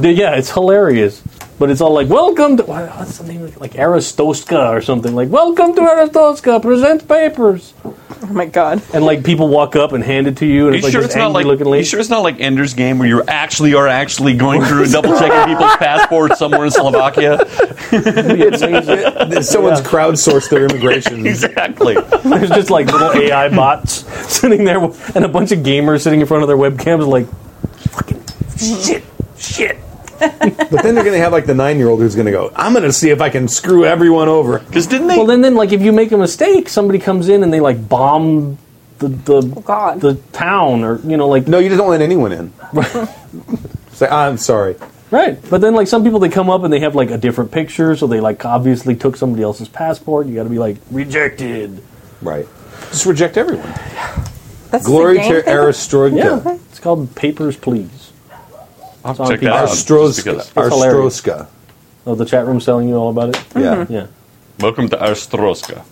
Speaker 5: yeah, it's hilarious. But it's all like, welcome to, what- what's the name of it? Like Aristoska or something. Like, welcome to Aristoska, present papers.
Speaker 4: Oh my god.
Speaker 5: And like people walk up and hand it to you. And
Speaker 3: Are
Speaker 5: it's
Speaker 3: you
Speaker 5: like
Speaker 3: sure
Speaker 5: this
Speaker 3: it's not
Speaker 5: angry
Speaker 3: like?
Speaker 5: looking
Speaker 3: Are
Speaker 5: lady.
Speaker 3: you sure it's not like Ender's Game where you actually are actually going through and double checking people's passports somewhere in Slovakia?
Speaker 4: Mm-hmm.
Speaker 2: Someone's crowdsourced their immigration.
Speaker 3: exactly.
Speaker 5: There's just like little AI bots sitting there and a bunch of gamers sitting in front of their webcams like, fucking shit, shit.
Speaker 2: But then they're going to have like the nine year old who's going to go, I'm going to see if I can screw everyone over.
Speaker 3: Because didn't they?
Speaker 5: Well, then, then like if you make a mistake, somebody comes in and they like bomb the, the,
Speaker 4: Oh God.
Speaker 5: the town or, you know, like,
Speaker 2: No, you just don't let anyone in. Say, I'm sorry.
Speaker 5: Right. But then like some people they come up and they have like a different picture, so they like obviously took somebody else's passport. You got to be like rejected.
Speaker 1: Right.
Speaker 2: Just reject everyone.
Speaker 4: That's the
Speaker 2: Glory
Speaker 4: game
Speaker 2: to
Speaker 4: thing?
Speaker 2: Aristroika.
Speaker 5: Yeah. It's called Papers Please.
Speaker 3: I'll
Speaker 5: It's on
Speaker 3: check
Speaker 5: people.
Speaker 3: that out. just
Speaker 2: Arstroska.
Speaker 3: because-
Speaker 5: That's hilarious.
Speaker 2: Arstroska.
Speaker 5: Oh, the chat room's telling you all about it.
Speaker 1: Yeah.
Speaker 5: Yeah.
Speaker 3: Welcome to Arstroska.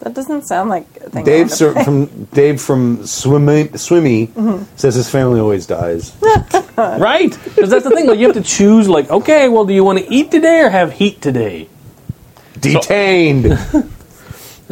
Speaker 4: That doesn't sound like a thing. I
Speaker 2: Dave
Speaker 4: wanna
Speaker 2: Sir-
Speaker 4: play.
Speaker 2: from Dave from Swimmy, Swimmy
Speaker 4: Mm-hmm.
Speaker 2: says his family always dies.
Speaker 5: Right? Because that's the thing. Like you have to choose. Like okay, well, do you want to eat today or have heat today?
Speaker 2: Detained.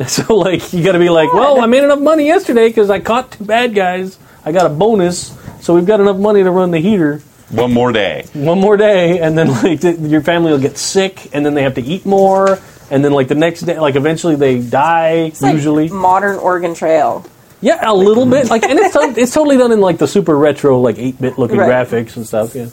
Speaker 5: So like you got to be like, well, I made enough money yesterday because I caught two bad guys. I got a bonus, so we've got enough money to run the heater
Speaker 3: One more day.
Speaker 5: one more day, and then like th- your family will get sick, and then they have to eat more, and then like the next day, like eventually they die.
Speaker 4: It's like mm.
Speaker 5: usually,
Speaker 4: modern Oregon Trail.
Speaker 5: yeah, a little bit. Like, and it's to- it's totally done in like the super retro, like eight bit looking
Speaker 4: Right.
Speaker 5: graphics and stuff. Yeah,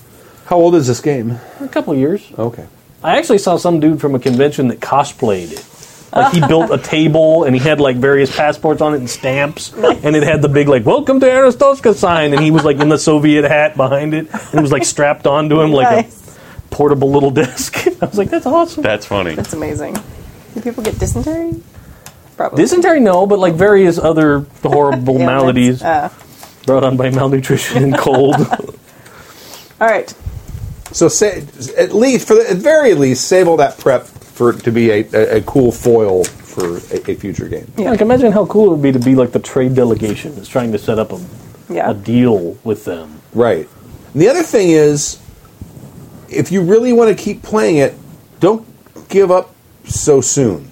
Speaker 2: How old is this game?
Speaker 5: a couple years.
Speaker 2: Okay.
Speaker 5: I actually saw some dude from a convention that cosplayed it. Like he built a table and he had like various passports on it and stamps, and it had the big like "Welcome to Aristoska" sign, and he was like in the Soviet hat behind it, and it was like strapped onto him like
Speaker 4: nice.
Speaker 5: a portable little desk. I was like, "That's awesome."
Speaker 3: That's funny.
Speaker 4: That's amazing. Do people get dysentery? Probably.
Speaker 5: Dysentery, no, but like various other horrible
Speaker 4: Ailments.
Speaker 5: maladies
Speaker 4: Uh,
Speaker 5: brought on by malnutrition and cold.
Speaker 4: all right.
Speaker 2: So say, at least for the at very least, save all that prep for it to be a, a, a cool foil for a, a future game.
Speaker 5: yeah, like imagine how cool it would be to be like the trade delegation that's trying to set up a,
Speaker 4: Yeah.
Speaker 5: a deal with them.
Speaker 2: Right. And the other thing is, if you really want to keep playing it, don't give up so soon.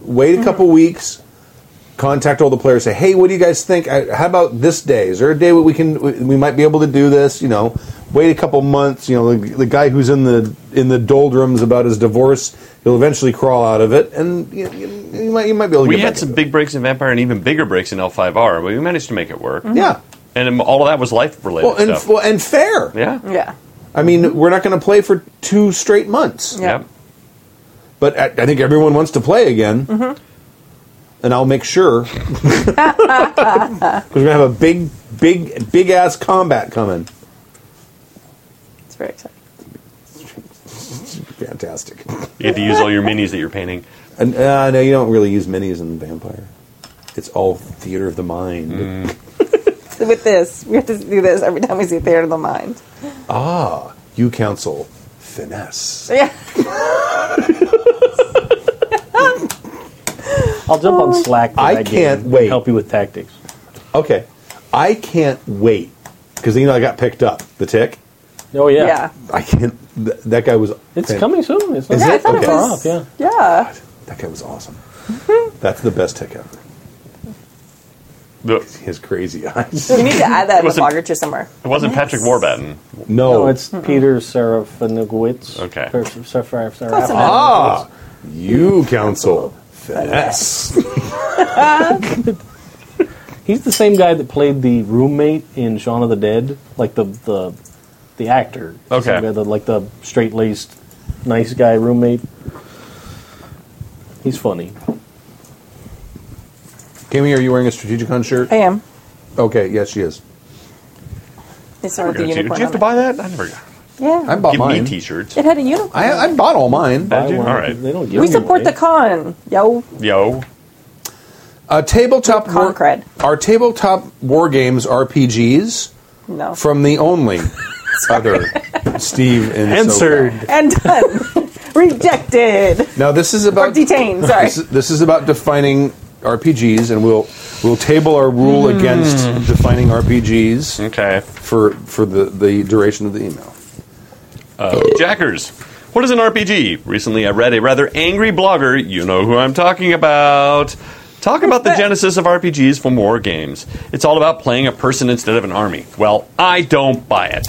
Speaker 2: Wait a couple weeks. Contact all the players. Say, hey, what do you guys think? I, how about this day? Is there a day where we can we, we might be able to do this? You know, wait a couple months. You know, the, the guy who's in the in the doldrums about his divorce, he'll eventually crawl out of it, and you, you, you might you might be able to.
Speaker 3: We
Speaker 2: get
Speaker 3: had
Speaker 2: back
Speaker 3: some
Speaker 2: into it.
Speaker 3: big breaks in Vampire and even bigger breaks in L5R, but we managed to make it work.
Speaker 2: yeah.
Speaker 3: And all of that was life related
Speaker 2: Well, and
Speaker 3: stuff.
Speaker 2: well, and fair.
Speaker 3: yeah.
Speaker 4: Yeah.
Speaker 2: I mean, we're not going to play for two straight months.
Speaker 4: Yeah.
Speaker 3: Yep.
Speaker 2: But I, I think everyone wants to play again. And I'll make sure. Because we're going to have a big, big, big ass combat coming.
Speaker 4: It's very exciting.
Speaker 2: Fantastic.
Speaker 3: You had to use all your minis that you're painting.
Speaker 2: And uh, no, you don't really use minis in Vampire, it's all theater of the mind.
Speaker 5: Mm.
Speaker 4: So with this, we have to do this every time we see Theater of the Mind.
Speaker 2: You counsel finesse.
Speaker 4: Yeah.
Speaker 5: I'll jump on
Speaker 4: Oh.
Speaker 5: Slack. For
Speaker 2: I
Speaker 5: that
Speaker 2: can't
Speaker 5: game and
Speaker 2: wait.
Speaker 5: Help you with tactics.
Speaker 2: Okay. I can't wait. Because, you know, I got picked up. The tick.
Speaker 5: Oh yeah,
Speaker 4: Yeah.
Speaker 2: I can't. Th- that guy was.
Speaker 5: it's
Speaker 2: fan-
Speaker 5: coming soon. It's not
Speaker 2: Is
Speaker 4: Yeah, I
Speaker 2: it?
Speaker 4: thought
Speaker 2: Okay.
Speaker 4: it
Speaker 5: far
Speaker 4: was.
Speaker 5: off. Yeah,
Speaker 4: Yeah.
Speaker 2: That guy was awesome. That's the best tick ever.
Speaker 3: The, it
Speaker 2: His crazy eyes.
Speaker 4: We need to add that in the
Speaker 3: Wasn't-
Speaker 4: blogger too somewhere.
Speaker 3: wasn't Patrick Warbatten.
Speaker 2: No,
Speaker 5: no, it's
Speaker 4: Mm-hmm.
Speaker 5: Peter Serafinowicz.
Speaker 3: Okay.
Speaker 5: Per- Seraf- Seraf-
Speaker 4: Close enough.
Speaker 2: ah, you counsel finesse.
Speaker 5: He's the same guy that played the roommate in Shaun of the Dead, like the the the actor.
Speaker 3: Okay.
Speaker 5: Same guy that- like the straight laced, nice guy roommate. He's funny.
Speaker 2: Kimmy, are you wearing a Strategicon shirt?
Speaker 4: I am.
Speaker 2: Okay, yes, she is.
Speaker 4: It's sort of the
Speaker 3: Did you
Speaker 4: unicorn.
Speaker 3: have to
Speaker 4: on
Speaker 3: buy that? I never got
Speaker 4: it. Yeah.
Speaker 2: I bought
Speaker 3: Give
Speaker 2: mine.
Speaker 3: me t shirts.
Speaker 4: It had a unicorn.
Speaker 2: I,
Speaker 4: on
Speaker 2: I
Speaker 4: it.
Speaker 2: bought all mine.
Speaker 4: Uh,
Speaker 3: Bad
Speaker 5: Buy
Speaker 3: dude.
Speaker 5: one,
Speaker 3: All right.
Speaker 5: They don't give
Speaker 4: we
Speaker 5: them
Speaker 4: support
Speaker 5: away.
Speaker 4: the con. Yo.
Speaker 3: Yo.
Speaker 2: A tabletop war,
Speaker 4: Concred.
Speaker 2: our tabletop war games RPGs
Speaker 4: No.
Speaker 2: from the only other Steve and
Speaker 5: Answered.
Speaker 2: SoCal.
Speaker 4: and done. Rejected.
Speaker 2: Now this is
Speaker 4: Or
Speaker 2: about
Speaker 4: detained. Sorry.
Speaker 2: This, this is about defining RPGs, and we'll we'll table our rule against defining RPGs.
Speaker 3: Hmm. Okay.
Speaker 2: for for the, the duration of the email.
Speaker 3: Jackers. What is an RPG? Recently, I read a rather angry blogger, you know who I'm talking about, talk about the genesis of RPGs from war games. It's all about playing a person instead of an army. Well, I don't buy it.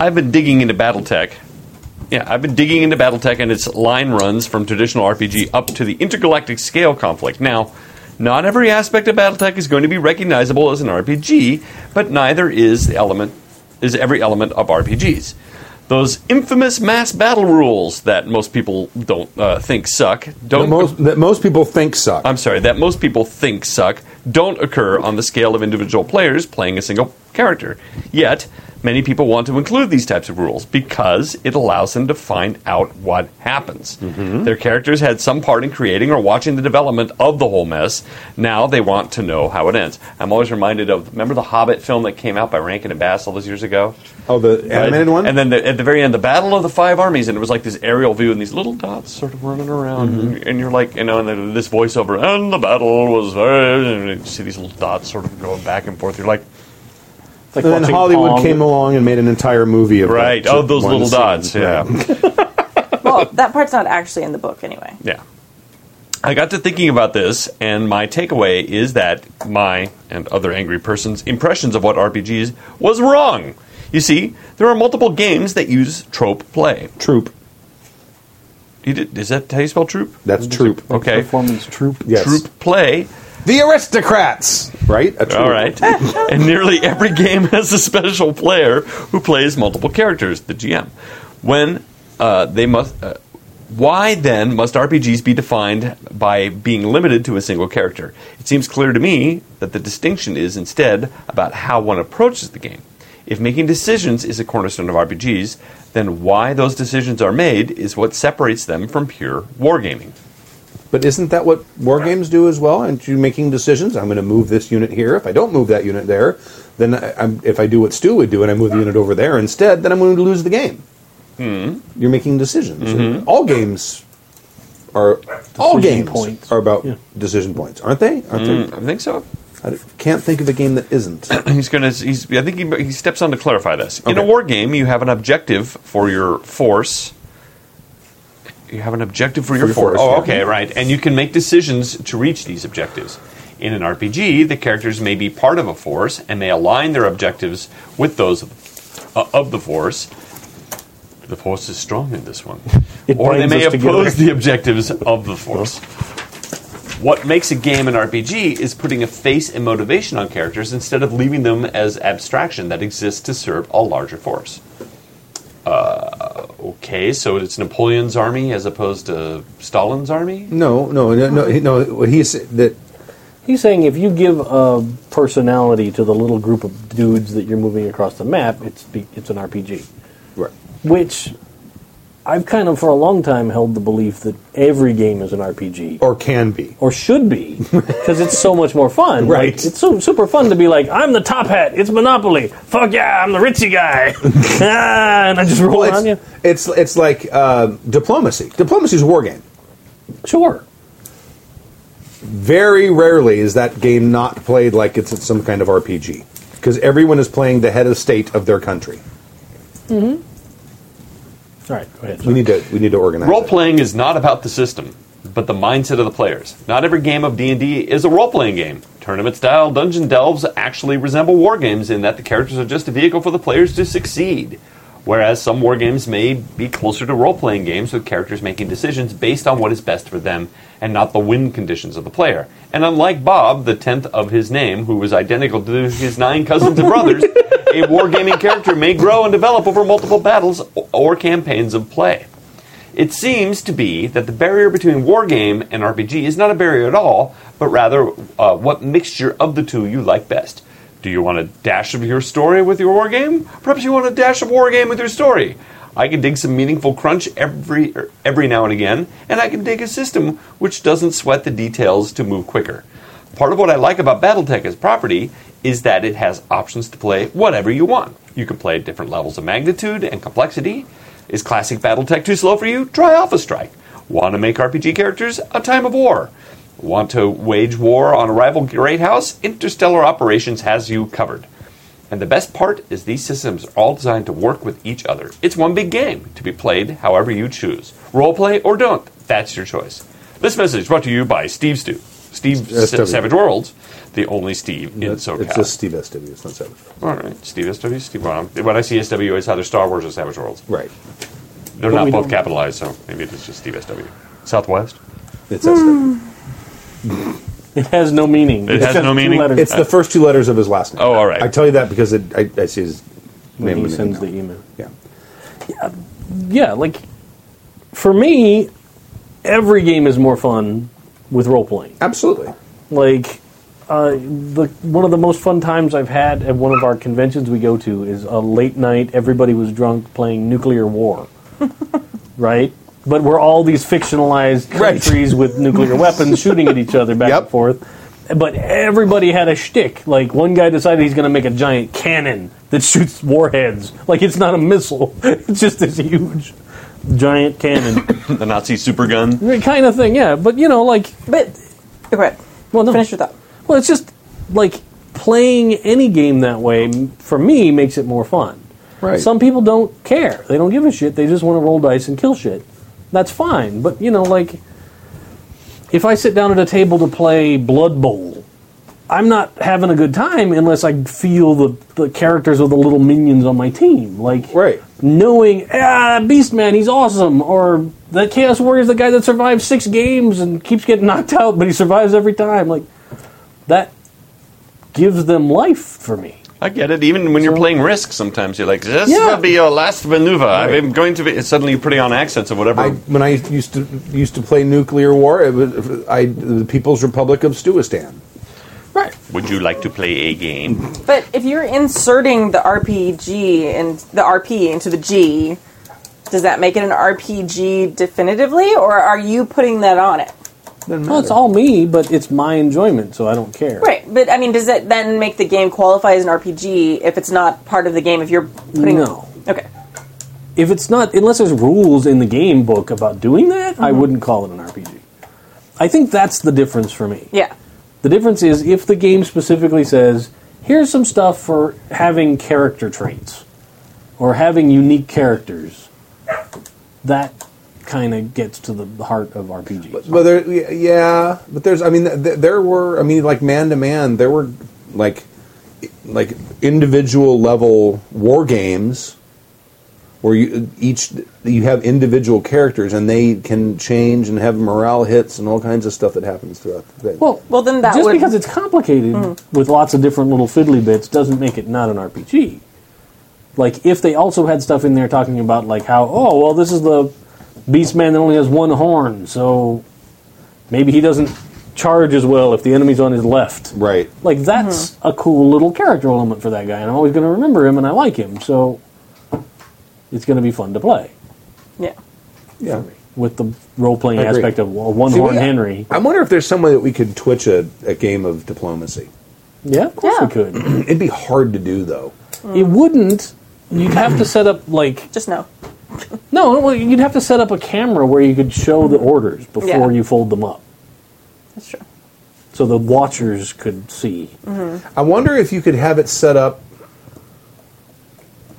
Speaker 3: I've been digging into Battletech. Yeah, I've been digging into Battletech and its line runs from traditional RPG up to the intergalactic scale conflict. Now, not every aspect of Battletech is going to be recognizable as an RPG, but neither is the element is every element of RPGs. Those infamous mass battle rules that most people don't uh, think suck
Speaker 2: That
Speaker 3: don't
Speaker 2: most that most people think suck.
Speaker 3: I'm sorry, that most people think suck don't occur on the scale of individual players playing a single character. Yet, many people want to include these types of rules because it allows them to find out what happens. Their characters had some part in creating or watching the development of the whole mess. Now they want to know how it ends. I'm always reminded of remember the Hobbit film that came out by Rankin and Bass all those years ago.
Speaker 2: Oh, the animated one.
Speaker 3: And then the, at the very end, the Battle of the Five Armies, and it was like this aerial view and these little dots sort of running around,
Speaker 2: Mm-hmm.
Speaker 3: and, and you're like, you know, and then this voiceover, and the battle was, and you see these little dots sort of going back and forth. You're like,
Speaker 5: It's like
Speaker 2: And then
Speaker 5: watching
Speaker 2: Hollywood
Speaker 5: Pong.
Speaker 2: came along and made an entire movie of
Speaker 3: right,
Speaker 2: that
Speaker 3: oh, those
Speaker 2: one
Speaker 3: little
Speaker 2: scene.
Speaker 3: dots, yeah,
Speaker 4: Well, that part's not actually in the book anyway.
Speaker 3: yeah. I got to thinking about this, and my takeaway is that my and other angry persons' impressions of what RPGs was wrong. You see, there are multiple games that use trope play.
Speaker 2: Troop.
Speaker 3: You did- Is that how you spell troop?
Speaker 2: That's troop.
Speaker 3: Okay.
Speaker 5: Performance troop.
Speaker 2: Yes.
Speaker 3: Troop play
Speaker 2: The aristocrats. Right. A troop.
Speaker 3: All right. and nearly every game has a special player who plays multiple characters, the GM. When uh, they must. Uh, why then must RPGs be defined by being limited to a single character? It seems clear to me that the distinction is instead about how one approaches the game. If making decisions is a cornerstone of RPGs, then why those decisions are made is what separates them from pure wargaming.
Speaker 2: But isn't that what war games do as well? And you making decisions. I'm going to move this unit here. If I don't move that unit there, then I, I'm, if I do what Stu would do and I move the unit over there instead, then I'm going to lose the game.
Speaker 3: Hmm.
Speaker 2: You're making decisions.
Speaker 3: Mm-hmm.
Speaker 2: And All games are all
Speaker 5: Decision
Speaker 2: games
Speaker 5: points.
Speaker 2: are about
Speaker 5: Yeah.
Speaker 2: decision points, aren't they? Aren't
Speaker 3: I think so.
Speaker 2: they? I can't think of a game that isn't.
Speaker 3: he's going to. He's, I think he, he steps on to clarify this. In a
Speaker 2: Okay.
Speaker 3: war game, you have an objective for your force. You have an objective for your,
Speaker 2: your
Speaker 3: force.
Speaker 2: force,
Speaker 3: Oh,
Speaker 2: yeah.
Speaker 3: okay, right. And you can make decisions to reach these objectives. In an RPG, the characters may be part of a force and may align their objectives with those of, uh, of the force. The force is strong in this one.
Speaker 5: It
Speaker 3: or they
Speaker 5: binds
Speaker 3: may
Speaker 5: us together.
Speaker 3: oppose the objectives of the force. What makes a game an RPG is putting a face and motivation on characters instead of leaving them as abstraction that exists to serve a larger force. Uh, okay, so it's Napoleon's army as opposed to Stalin's army?
Speaker 2: No, no, no, no. no what he's that
Speaker 5: He's saying if you give a personality to the little group of dudes that you're moving across the map, it's be- it's an RPG.
Speaker 2: right.
Speaker 5: Which I've kind of for a long time held the belief that every game is an RPG.
Speaker 2: or can be.
Speaker 5: or should be because it's so much more fun.
Speaker 2: Right.
Speaker 5: Like, it's so super fun to be like, I'm the top hat. It's Monopoly. Fuck yeah, I'm the ritzy guy. ah, and I just roll on you.
Speaker 2: it's, it's it's like uh, diplomacy. Diplomacy is a war game.
Speaker 5: Sure.
Speaker 2: Very rarely is that game not played like it's some kind of RPG because everyone is playing the head of state of their country.
Speaker 5: All right, go ahead.
Speaker 2: We need to we need to organize.
Speaker 3: Role
Speaker 2: it.
Speaker 3: playing is not about the system, but the mindset of the players. Not every game of D&D is a role-playing game. Tournament-style dungeon delves actually resemble war games in that the characters are just a vehicle for the players to succeed. Whereas some war games may be closer to role-playing games with characters making decisions based on what is best for them and not the win conditions of the player. And unlike Bob, the tenth of his name, who was identical to his nine cousins and brothers, a wargaming character may grow and develop over multiple battles or campaigns of play. It seems to be that the barrier between wargame and RPG is not a barrier at all, but rather uh, what mixture of the two you like best. Do you want a dash of your story with your wargame? Perhaps you want a dash of wargame with your story. I can dig some meaningful crunch every er, every now and again, and I can dig a system which doesn't sweat the details to move quicker. Part of what I like about Battletech as property is that it has options to play whatever you want. You can play at different levels of magnitude and complexity. Is classic Battletech too slow for you? Try Alpha Strike. Want to make RPG characters? A Time of War. Want to wage war on a rival great house? Interstellar Operations has you covered. And the best part is these systems are all designed to work with each other. It's one big game to be played however you choose. Roleplay or don't, that's your choice. This message is brought to you by Steve Stu. Steve
Speaker 2: Uh,
Speaker 3: Sa-
Speaker 2: Steve.
Speaker 3: Savage Worlds, the only Steve in
Speaker 2: It's,
Speaker 3: SoCal.
Speaker 2: it's just Steve SW. It's not Savage.
Speaker 3: All right, Steve SW, Steve. Well, when I see SW, it's either Star Wars or Savage Worlds.
Speaker 2: Right.
Speaker 3: They're
Speaker 5: But
Speaker 3: not
Speaker 5: we
Speaker 3: both
Speaker 5: don't-
Speaker 3: capitalized, so maybe it's just Steve SW. Southwest?
Speaker 2: It's
Speaker 3: Hmm.
Speaker 2: SW.
Speaker 5: It has no meaning.
Speaker 3: It
Speaker 5: It's
Speaker 3: has
Speaker 5: just
Speaker 3: no
Speaker 5: two
Speaker 3: meaning?
Speaker 5: letters.
Speaker 2: It's the first two letters of his last name.
Speaker 3: Oh, all right.
Speaker 2: I tell you that because it, I, I see his
Speaker 5: when
Speaker 2: name
Speaker 5: he
Speaker 2: in it
Speaker 5: sends
Speaker 2: now.
Speaker 5: the email.
Speaker 2: Yeah.
Speaker 5: Yeah, like for me, every game is more fun with role playing.
Speaker 2: Absolutely.
Speaker 5: Like uh, the one of the most fun times I've had at one of our conventions we go to is a late night. Everybody was drunk playing nuclear war, right? But we're all these fictionalized
Speaker 3: Right.
Speaker 5: countries with nuclear weapons shooting at each other back
Speaker 2: Yep.
Speaker 5: and forth. But everybody had a shtick. Like one guy decided he's going to make a giant cannon that shoots warheads. Like it's not a missile; it's just this huge, giant cannon,
Speaker 3: the Nazi super gun.
Speaker 5: kind of thing. Yeah, but you know, like
Speaker 4: But go ahead.
Speaker 5: well, no.
Speaker 4: Finish your thought.
Speaker 5: Well, it's just like playing any game that way m- for me makes it more fun.
Speaker 2: Right.
Speaker 5: Some people don't care. They don't give a shit. They just want to roll dice and kill shit. That's fine. But you know, like if I sit down at a table to play Blood Bowl, I'm not having a good time unless I feel the, the characters of the little minions on my team. Like
Speaker 2: Right.
Speaker 5: knowing ah Beastman, he's awesome, or the Chaos Warrior's the guy that survived six games and keeps getting knocked out, but he survives every time. Like that gives them life for me.
Speaker 3: I get it. Even when you're playing Risk, sometimes you're like, "This
Speaker 5: Yeah.
Speaker 3: will be your last maneuver." I'm going to be. Suddenly, you put on accents of whatever.
Speaker 2: I, when I used to used to play nuclear war, it was, I the People's Republic of Stuistan.
Speaker 4: Right.
Speaker 3: Would you like to play a game?
Speaker 4: But if you're inserting the RPG and the RP into the G, does that make it an RPG definitively, or are you putting that on it?
Speaker 5: Well, Oh, it's all me, but it's my enjoyment, so I don't care.
Speaker 4: Right, but I mean, does it then make the game qualify as an RPG if it's not part of the game? If you're putting
Speaker 5: No.
Speaker 4: okay,
Speaker 5: If it's not, unless there's rules in the game book about doing that,
Speaker 4: Mm-hmm.
Speaker 5: I wouldn't call it an RPG. I think that's the difference for me.
Speaker 4: yeah,
Speaker 5: The difference is if the game specifically says, here's some stuff for having character traits or having unique characters, that kind of gets to the heart of RPGs.
Speaker 2: But there, yeah, but there's. I mean, th- there were. I mean, like man to man, there were like like individual level war games where you each you have individual characters and they can change and have morale hits and all kinds of stuff that happens throughout the thing.
Speaker 5: well,
Speaker 4: Well, then that
Speaker 5: just
Speaker 4: would- Mm.
Speaker 5: because it's complicated with lots of different little fiddly bits doesn't make it not an RPG. Like if they also had stuff in there talking about like how oh well this is the beast man that only has one horn so maybe he doesn't charge as well if the enemy's on his left
Speaker 2: right.
Speaker 5: like that's
Speaker 4: Uh-huh.
Speaker 5: a cool little character element for that guy, and I'm always going to remember him, and I like him, so it's going to be fun to play
Speaker 4: yeah.
Speaker 2: Yeah.
Speaker 5: with the role playing
Speaker 2: I agree.
Speaker 5: aspect of one
Speaker 2: See,
Speaker 5: horn
Speaker 2: we-
Speaker 5: Henry.
Speaker 2: I wonder if there's some way that we could twitch a, a game of diplomacy.
Speaker 5: Yeah, of course
Speaker 4: Yeah. Mm.
Speaker 5: we could.
Speaker 2: It'd be hard to do though.
Speaker 5: It wouldn't. You'd have to set up like
Speaker 4: Just no.
Speaker 5: no, well, you'd have to set up a camera where you could show the orders before
Speaker 4: Mm-hmm. Yeah.
Speaker 5: you fold them up,
Speaker 4: That's true.
Speaker 5: so the watchers could see.
Speaker 4: Mm-hmm.
Speaker 2: I wonder if you could have it set up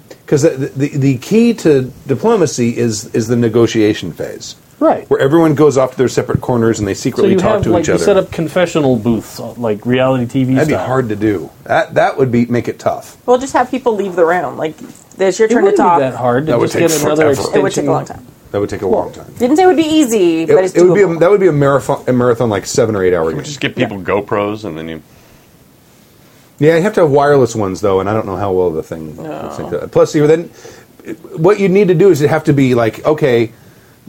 Speaker 2: because the, the the key to diplomacy is is the negotiation phase,
Speaker 5: Right.
Speaker 2: where everyone goes off to their separate corners and they
Speaker 5: so
Speaker 2: secretly
Speaker 5: you
Speaker 2: talk
Speaker 5: have
Speaker 2: to
Speaker 5: like
Speaker 2: each
Speaker 5: you
Speaker 2: other.
Speaker 5: set up confessional booths, uh, like reality TV.
Speaker 2: That'd be
Speaker 5: style.
Speaker 2: hard to do. That that would be make it tough.
Speaker 4: We'll just have people leave the room. Like, it's your
Speaker 5: It
Speaker 4: turn
Speaker 5: wouldn't
Speaker 4: to talk.
Speaker 5: be that hard to
Speaker 2: That would
Speaker 5: just
Speaker 2: take
Speaker 5: get another
Speaker 2: forever.
Speaker 5: extension.
Speaker 4: It would take a long time.
Speaker 2: That would take a long time.
Speaker 4: Didn't say it would be easy, but it's
Speaker 2: It, it would be a,
Speaker 4: doable.
Speaker 2: that would be a marathon a marathon like seven or eight hour.
Speaker 3: Just
Speaker 2: Game.
Speaker 3: give people GoPros and then you.
Speaker 2: Yeah, you have to have wireless ones though, and I don't know how well the thing. No. Plus, you then what you need to do is you have to be like okay,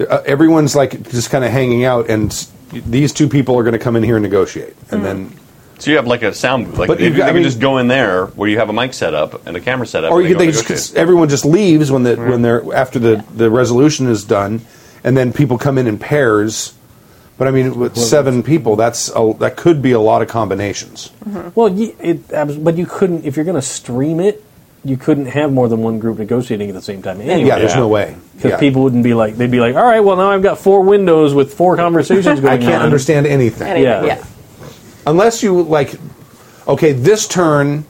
Speaker 2: uh, everyone's like just kind of hanging out, and s- these two people are going to come in here and negotiate, and then
Speaker 3: So you have like a sound booth. Like
Speaker 2: But
Speaker 3: they,
Speaker 2: you've
Speaker 3: they
Speaker 2: got- I
Speaker 3: can
Speaker 2: mean-
Speaker 3: just go in there where you have a mic set up and a camera set up.
Speaker 2: or
Speaker 3: and
Speaker 2: you could,
Speaker 3: go
Speaker 2: they just
Speaker 3: negotiate.
Speaker 2: everyone just leaves when the when they're after the the resolution is done, and then people come in in pairs. But I mean, with seven people, that's a, that could be a lot of combinations.
Speaker 5: Well, ye- it, abs- but you couldn't if you're going to stream it. You couldn't have more than one group negotiating at the same time anyway.
Speaker 2: Yeah, there's no way.
Speaker 5: because
Speaker 2: Yeah.
Speaker 5: people wouldn't be like they'd be like, all right, well now I've got four windows with four conversations going
Speaker 2: I
Speaker 5: on.
Speaker 2: can't understand anything.
Speaker 4: Anyway,
Speaker 5: yeah.
Speaker 4: yeah.
Speaker 2: unless you like okay this turn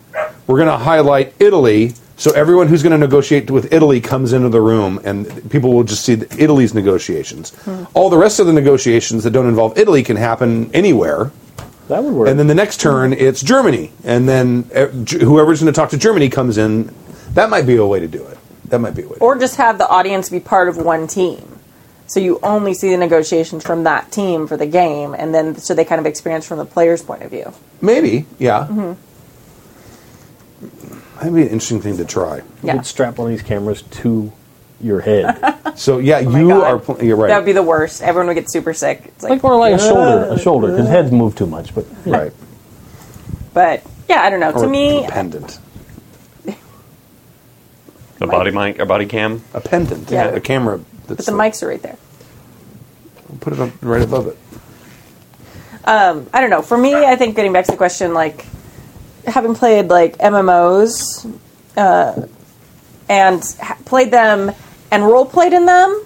Speaker 2: we're going to highlight italy so everyone who's going to negotiate with italy comes into the room and people will just see the- italy's negotiations
Speaker 4: Hmm.
Speaker 2: all the rest of the negotiations that don't involve italy can happen anywhere
Speaker 5: That would work.
Speaker 2: and then the next turn it's germany and then uh, G- whoever's going to talk to germany comes in that might be a way to do it that might be a way to
Speaker 4: Or just have the audience be part of one team. So you only see the negotiations from that team for the game, and then so they kind of experience from the player's point of view.
Speaker 2: maybe yeah
Speaker 4: Mm-hmm.
Speaker 2: that'd be an interesting thing to try
Speaker 5: you
Speaker 4: Yeah.
Speaker 5: could strap one of these cameras to your head,
Speaker 2: so yeah
Speaker 4: Oh my
Speaker 2: you
Speaker 4: God.
Speaker 2: are pl- you're right
Speaker 4: That would be the worst. Everyone would get super sick. It's like,
Speaker 5: like or like a shoulder, a shoulder, because heads move too much. But
Speaker 2: right
Speaker 4: But yeah, I don't know.
Speaker 2: Or
Speaker 4: to me,
Speaker 2: a pendant.
Speaker 3: The body mic, a body cam.
Speaker 2: A pendant.
Speaker 4: Yeah.
Speaker 2: A camera. That's
Speaker 4: but the
Speaker 2: like-
Speaker 4: mics are right there.
Speaker 2: Put it up right above it.
Speaker 4: Um, I don't know. For me, I think getting back to the question, like having played like MMOs uh, and ha- played them and role played in them,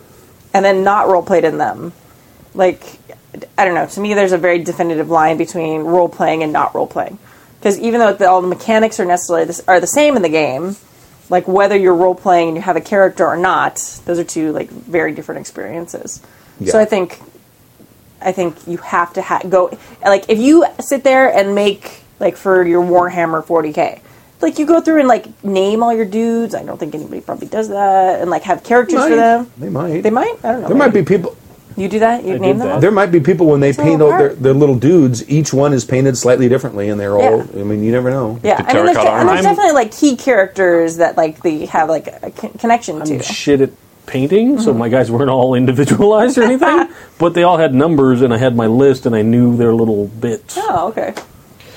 Speaker 4: and then not role played in them. Like I don't know. To me, there's a very definitive line between role playing and not role playing. Because even though the, all the mechanics are necessarily this, are the same in the game, like whether you're role playing and you have a character or not, those are two like very different experiences.
Speaker 2: Yeah.
Speaker 4: So I think I think you have to ha- go like if you sit there and make like for your Warhammer 40k, like you go through and like name all your dudes. I don't think anybody probably does that, and like have characters for them.
Speaker 2: They might.
Speaker 4: They might. I don't know.
Speaker 2: There might be people.
Speaker 4: You do that. You
Speaker 5: I
Speaker 4: name
Speaker 5: did
Speaker 4: them.
Speaker 5: that.
Speaker 4: all?
Speaker 2: There might be people when they
Speaker 4: a
Speaker 2: paint
Speaker 4: little
Speaker 2: out their,
Speaker 4: art.
Speaker 2: their little dudes. Each one is painted slightly differently, and they're all.
Speaker 4: Yeah.
Speaker 2: I mean, you never know.
Speaker 4: Yeah,
Speaker 3: The
Speaker 4: I mean,
Speaker 3: terracotta
Speaker 4: there's, de- and there's
Speaker 5: armor.
Speaker 4: definitely like key characters that like they have like a con- connection
Speaker 5: I'm
Speaker 4: to.
Speaker 5: shit at painting, so my guys weren't all individualized or anything, but they all had numbers, and I had my list, and I knew their little bits.
Speaker 4: oh, okay,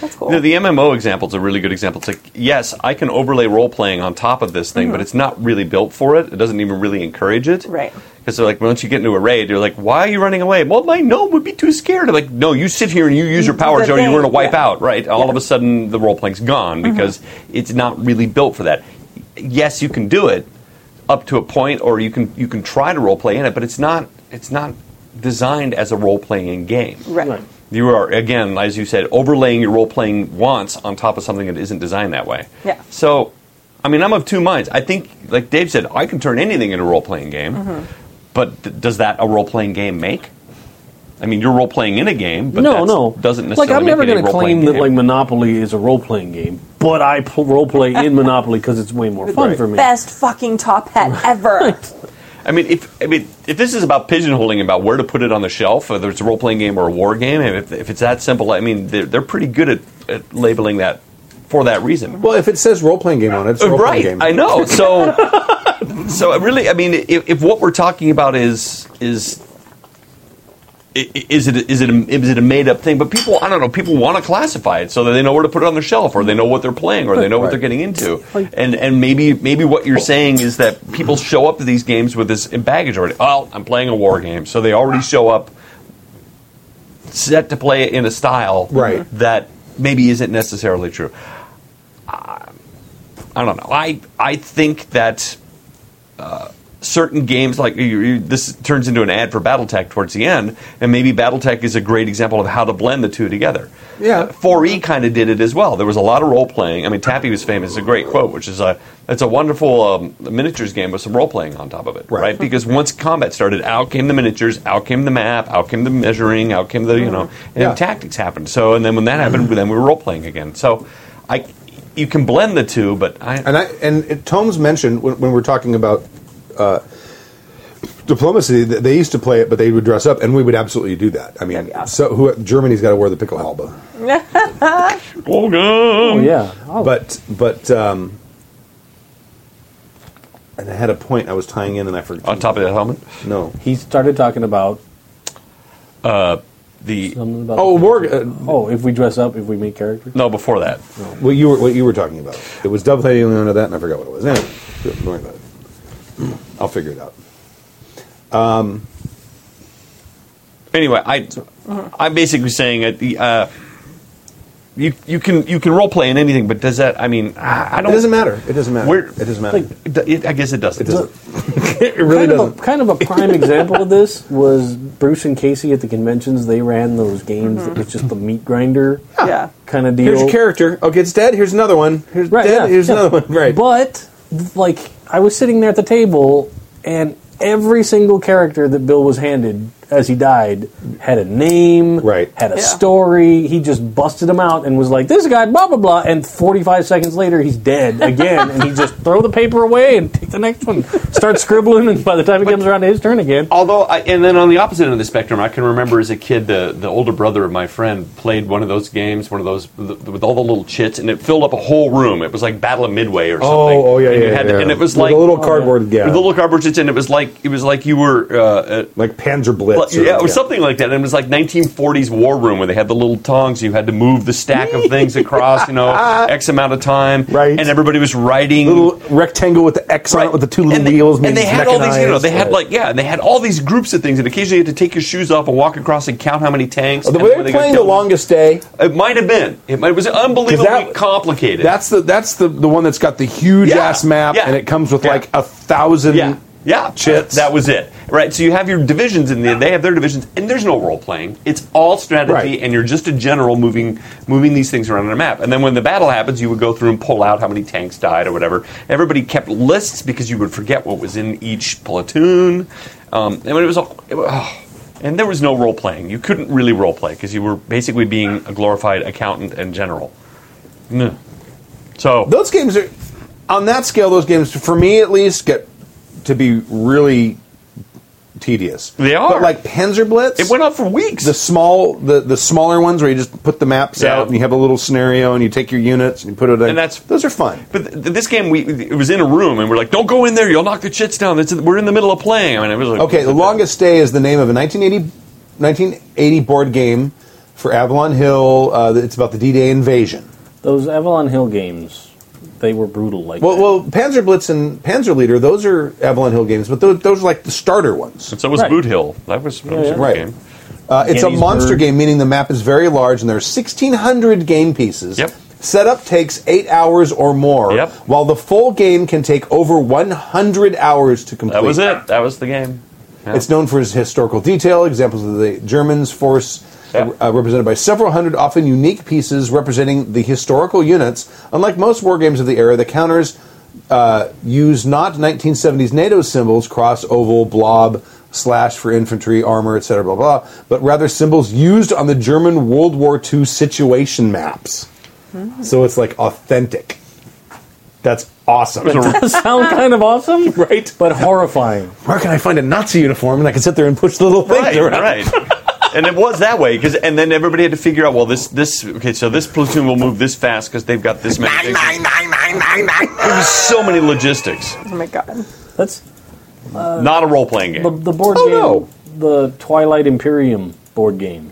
Speaker 4: that's cool.
Speaker 3: The, the MMO example is a really good example. It's like, yes, I can overlay role playing on top of this thing, but it's not really built for it. It doesn't even really encourage it.
Speaker 4: Mm-hmm. Right.
Speaker 3: Because they're like, once you get into a raid, you're like, why are you running away? Well, my gnome would be too scared. I'm like, no, you sit here and you use your
Speaker 4: do
Speaker 3: powers,
Speaker 4: the
Speaker 3: or you're going to
Speaker 4: thing,
Speaker 3: wipe
Speaker 4: yeah. Mm-hmm.
Speaker 3: out. Right. All of a sudden, the role playing's gone because it's not really built for that. Yes, you can do it up to a point, or you can you can try to role play in it, but it's not it's not designed as a role playing game.
Speaker 4: right.
Speaker 5: Right.
Speaker 3: You are again, as you said, overlaying your role playing wants on top of something that isn't designed that way.
Speaker 4: Yeah.
Speaker 3: So, I mean, I'm of two minds. I think, like Dave said, I can turn anything into a role playing game, but th- does that a role playing game make? I mean, you're role playing in a game, but
Speaker 5: no,
Speaker 3: that's-
Speaker 5: no,
Speaker 3: doesn't necessarily
Speaker 5: like I'm never
Speaker 3: make it a
Speaker 5: gonna
Speaker 3: role-playing
Speaker 5: claim that
Speaker 3: game.
Speaker 5: like Monopoly is a role playing game, but I pl- role play in Monopoly because it's way more fun
Speaker 2: Right.
Speaker 5: for me.
Speaker 4: Best fucking top hat ever.
Speaker 3: I mean, if I mean, if this is about pigeonholing about where to put it on the shelf, whether it's a role playing game or a war game, if, if it's that simple, I mean, they're, they're pretty good at, at labeling that for that reason.
Speaker 2: Well, if it says role playing game on it, it's a role playing
Speaker 3: Uh, right
Speaker 2: game.
Speaker 3: i know so so really i mean if, if what we're talking about is is i- i- is it is it a, is it a made up thing? But people, I don't know. People want to classify it so that they know where to put it on the shelf, or they know what they're playing, or they know what
Speaker 2: Right.
Speaker 3: they're getting into.
Speaker 5: Like-
Speaker 3: And and maybe maybe what you're saying is that people show up to these games with this baggage already. Oh, I'm playing a war game, so they already show up set to play it in a style
Speaker 2: Right.
Speaker 3: that maybe isn't necessarily true. I, I don't know. I I think that uh, certain games like you, you, this turns into an ad for BattleTech towards the end, and maybe BattleTech is a great example of how to blend the two together.
Speaker 2: Yeah.
Speaker 3: 4E kind of E did it as well. There was a lot of role playing. I mean, Tappy was famous. It's a great quote, which is a it's a wonderful um, miniatures game with some role playing on top of it,
Speaker 2: Right.
Speaker 3: right? Because once combat started, out came the miniatures, out came the map, out came the measuring, out came the you know, and
Speaker 2: Yeah.
Speaker 3: tactics happened. So, and then when that happened, then we were role playing again. So, I. You can blend the two, but I,
Speaker 2: And I and it, Tom's mentioned when, when we're talking about uh, diplomacy that they used to play it, but they would dress up, and we would absolutely do that. I mean,
Speaker 4: That'd be awesome.
Speaker 2: so who Germany's got to wear the pickle halba,
Speaker 5: oh yeah, I'll-
Speaker 2: but but um, and I had a point I was tying in, and I forgot.
Speaker 3: on top of that helmet,
Speaker 2: no.
Speaker 5: he started talking about
Speaker 3: the
Speaker 5: something about
Speaker 2: Oh, war. Uh,
Speaker 5: oh if we dress up if we make characters.
Speaker 3: no before that,
Speaker 2: what you were what you were talking about? It was dovetailing onto that, and I forgot what it was. Anyway, don't worry about it. I'll figure it out.
Speaker 3: anyway, I, I'm basically saying that the, uh, you you can you can role play in anything, but does that? I mean, I I
Speaker 2: It
Speaker 3: don't.
Speaker 2: doesn't matter. It doesn't matter.
Speaker 3: We're-
Speaker 2: it doesn't matter.
Speaker 5: like-
Speaker 3: It, do- it- I guess it doesn't.
Speaker 2: it doesn't. it really
Speaker 5: kind
Speaker 2: doesn't.
Speaker 5: Of a, kind of a prime example of this was Bruce and Casey at the conventions. They ran those games
Speaker 3: Mm-hmm.
Speaker 5: that was just the meat grinder
Speaker 4: yeah.
Speaker 5: kind of deal.
Speaker 2: Here's your character. Okay, it's dead. Here's another one. Here's
Speaker 5: Right,
Speaker 2: dead.
Speaker 5: yeah,
Speaker 2: here's
Speaker 5: yeah.
Speaker 2: another one. Right.
Speaker 5: But like I was sitting there at the table and every single character that Bill was handed as he died had a name,
Speaker 2: Right.
Speaker 5: had a
Speaker 4: Yeah.
Speaker 5: story. He just busted them out and was like, This guy, blah blah blah and forty five seconds later he's dead again and he just throw the paper away and take the next one. Start scribbling and by the time it comes around to his turn again.
Speaker 3: Although, I, and then on the opposite end of the spectrum, I can remember as a kid the, the older brother of my friend played one of those games, one of those the, with all the little chits, and it filled up a whole room. It was like Battle of Midway or something.
Speaker 2: Oh, oh yeah,
Speaker 3: and
Speaker 2: yeah,
Speaker 3: you had to-
Speaker 2: yeah.
Speaker 3: and it was
Speaker 2: With
Speaker 3: like
Speaker 2: a little cardboard. yeah.
Speaker 3: with little cardboard chits, and it was like it was like you were uh, uh,
Speaker 2: like Panzer split.
Speaker 3: Like,
Speaker 2: so-
Speaker 3: yeah, or something like that. And it was like 1940s war room where they had the little tongs. You had to move the stack of things across, you know, X amount of time.
Speaker 2: Right.
Speaker 3: And everybody was writing.
Speaker 2: Little rectangle with the X on
Speaker 3: Right.
Speaker 2: it with the two little
Speaker 3: and they,
Speaker 2: wheels.
Speaker 3: and
Speaker 2: means
Speaker 3: they
Speaker 2: it's
Speaker 3: had all these, you know, they had
Speaker 2: mechanized.
Speaker 3: like, yeah, and they had all these groups of things, and occasionally you had to take your shoes off and walk across and count how many tanks.
Speaker 2: But
Speaker 3: and
Speaker 2: Were
Speaker 3: where
Speaker 2: they
Speaker 3: they got
Speaker 2: playing Oh, the
Speaker 3: killed.
Speaker 2: longest day?
Speaker 3: It might have been. It, might, it was unbelievably
Speaker 2: that-
Speaker 3: complicated.
Speaker 2: That's the that's the, the one that's got the huge
Speaker 3: Yeah,
Speaker 2: ass map
Speaker 3: yeah,
Speaker 2: and it comes with
Speaker 3: yeah.
Speaker 2: like a thousand
Speaker 3: yeah, yeah,
Speaker 2: chits.
Speaker 3: That was it, right? So you have your divisions in there. They have their divisions, and there's no role playing. It's all strategy,
Speaker 2: Right.
Speaker 3: and you're just a general moving moving these things around on a map. And then when the battle happens, you would go through and pull out how many tanks died or whatever. Everybody kept lists because you would forget what was in each platoon. Um, and when it was all. It, wa- oh. And there was no role playing. You couldn't really role play because you were basically being a glorified accountant and general. No. So
Speaker 2: those games are on that scale those games for me at least get to be really tedious
Speaker 3: They are.
Speaker 2: but like panzer blitz
Speaker 3: it went on for weeks.
Speaker 2: the small the, the smaller ones where you just put the maps
Speaker 3: Yeah.
Speaker 2: out and you have a little scenario and you take your units and you put it in
Speaker 3: And that's-
Speaker 2: those are fun
Speaker 3: But th- this game, we it was in a room, and we're like, "Don't go in there. You'll knock the chits down. It's, we're in the middle of playing." I mean, it was like,
Speaker 2: okay the longest day is the name of a 1980, 1980 board game for avalon hill uh, it's about the d-day invasion
Speaker 5: Those Avalon Hill games, they were brutal. Like
Speaker 2: well,
Speaker 5: that.
Speaker 2: well panzer blitz and panzer leader those are avalon hill games but those, those are like the starter ones
Speaker 3: And so was
Speaker 5: Right.
Speaker 3: Boot Hill. That was, that was a
Speaker 5: yeah.
Speaker 3: good
Speaker 2: Right.
Speaker 3: game.
Speaker 2: Uh, it's a
Speaker 5: Gettysburg.
Speaker 2: monster game, meaning the map is very large and there are 1,600 game pieces.
Speaker 3: Yep.
Speaker 2: Setup takes eight hours or more,
Speaker 3: Yep.
Speaker 2: while the full game can take over 100 hours to complete.
Speaker 3: That was it. That was the game. Yeah.
Speaker 2: It's known for its historical detail, examples of the Germans' force
Speaker 3: Yeah.
Speaker 2: uh, represented by several hundred often unique pieces representing the historical units. Unlike most war games of the era, the counters uh, use not 1970s NATO symbols, cross, oval, blob, slash for infantry, armor, etc., blah, blah, but rather symbols used on the German World War II situation maps. So it's like authentic. That's awesome.
Speaker 5: that does sound kind of awesome,
Speaker 2: Right.
Speaker 5: But horrifying.
Speaker 2: Where can I find a Nazi uniform and I can sit there and push the little things
Speaker 3: right,
Speaker 2: around?
Speaker 3: right. and it was that way because, and then everybody had to figure out, well, this, this, okay, so this platoon will move this fast because they've got this many. things. There was so many logistics.
Speaker 4: Oh my god.
Speaker 5: That's Uh,
Speaker 3: Not a role playing game,
Speaker 5: the, the board
Speaker 2: Oh,
Speaker 5: game,
Speaker 2: no.
Speaker 5: the Twilight Imperium board game,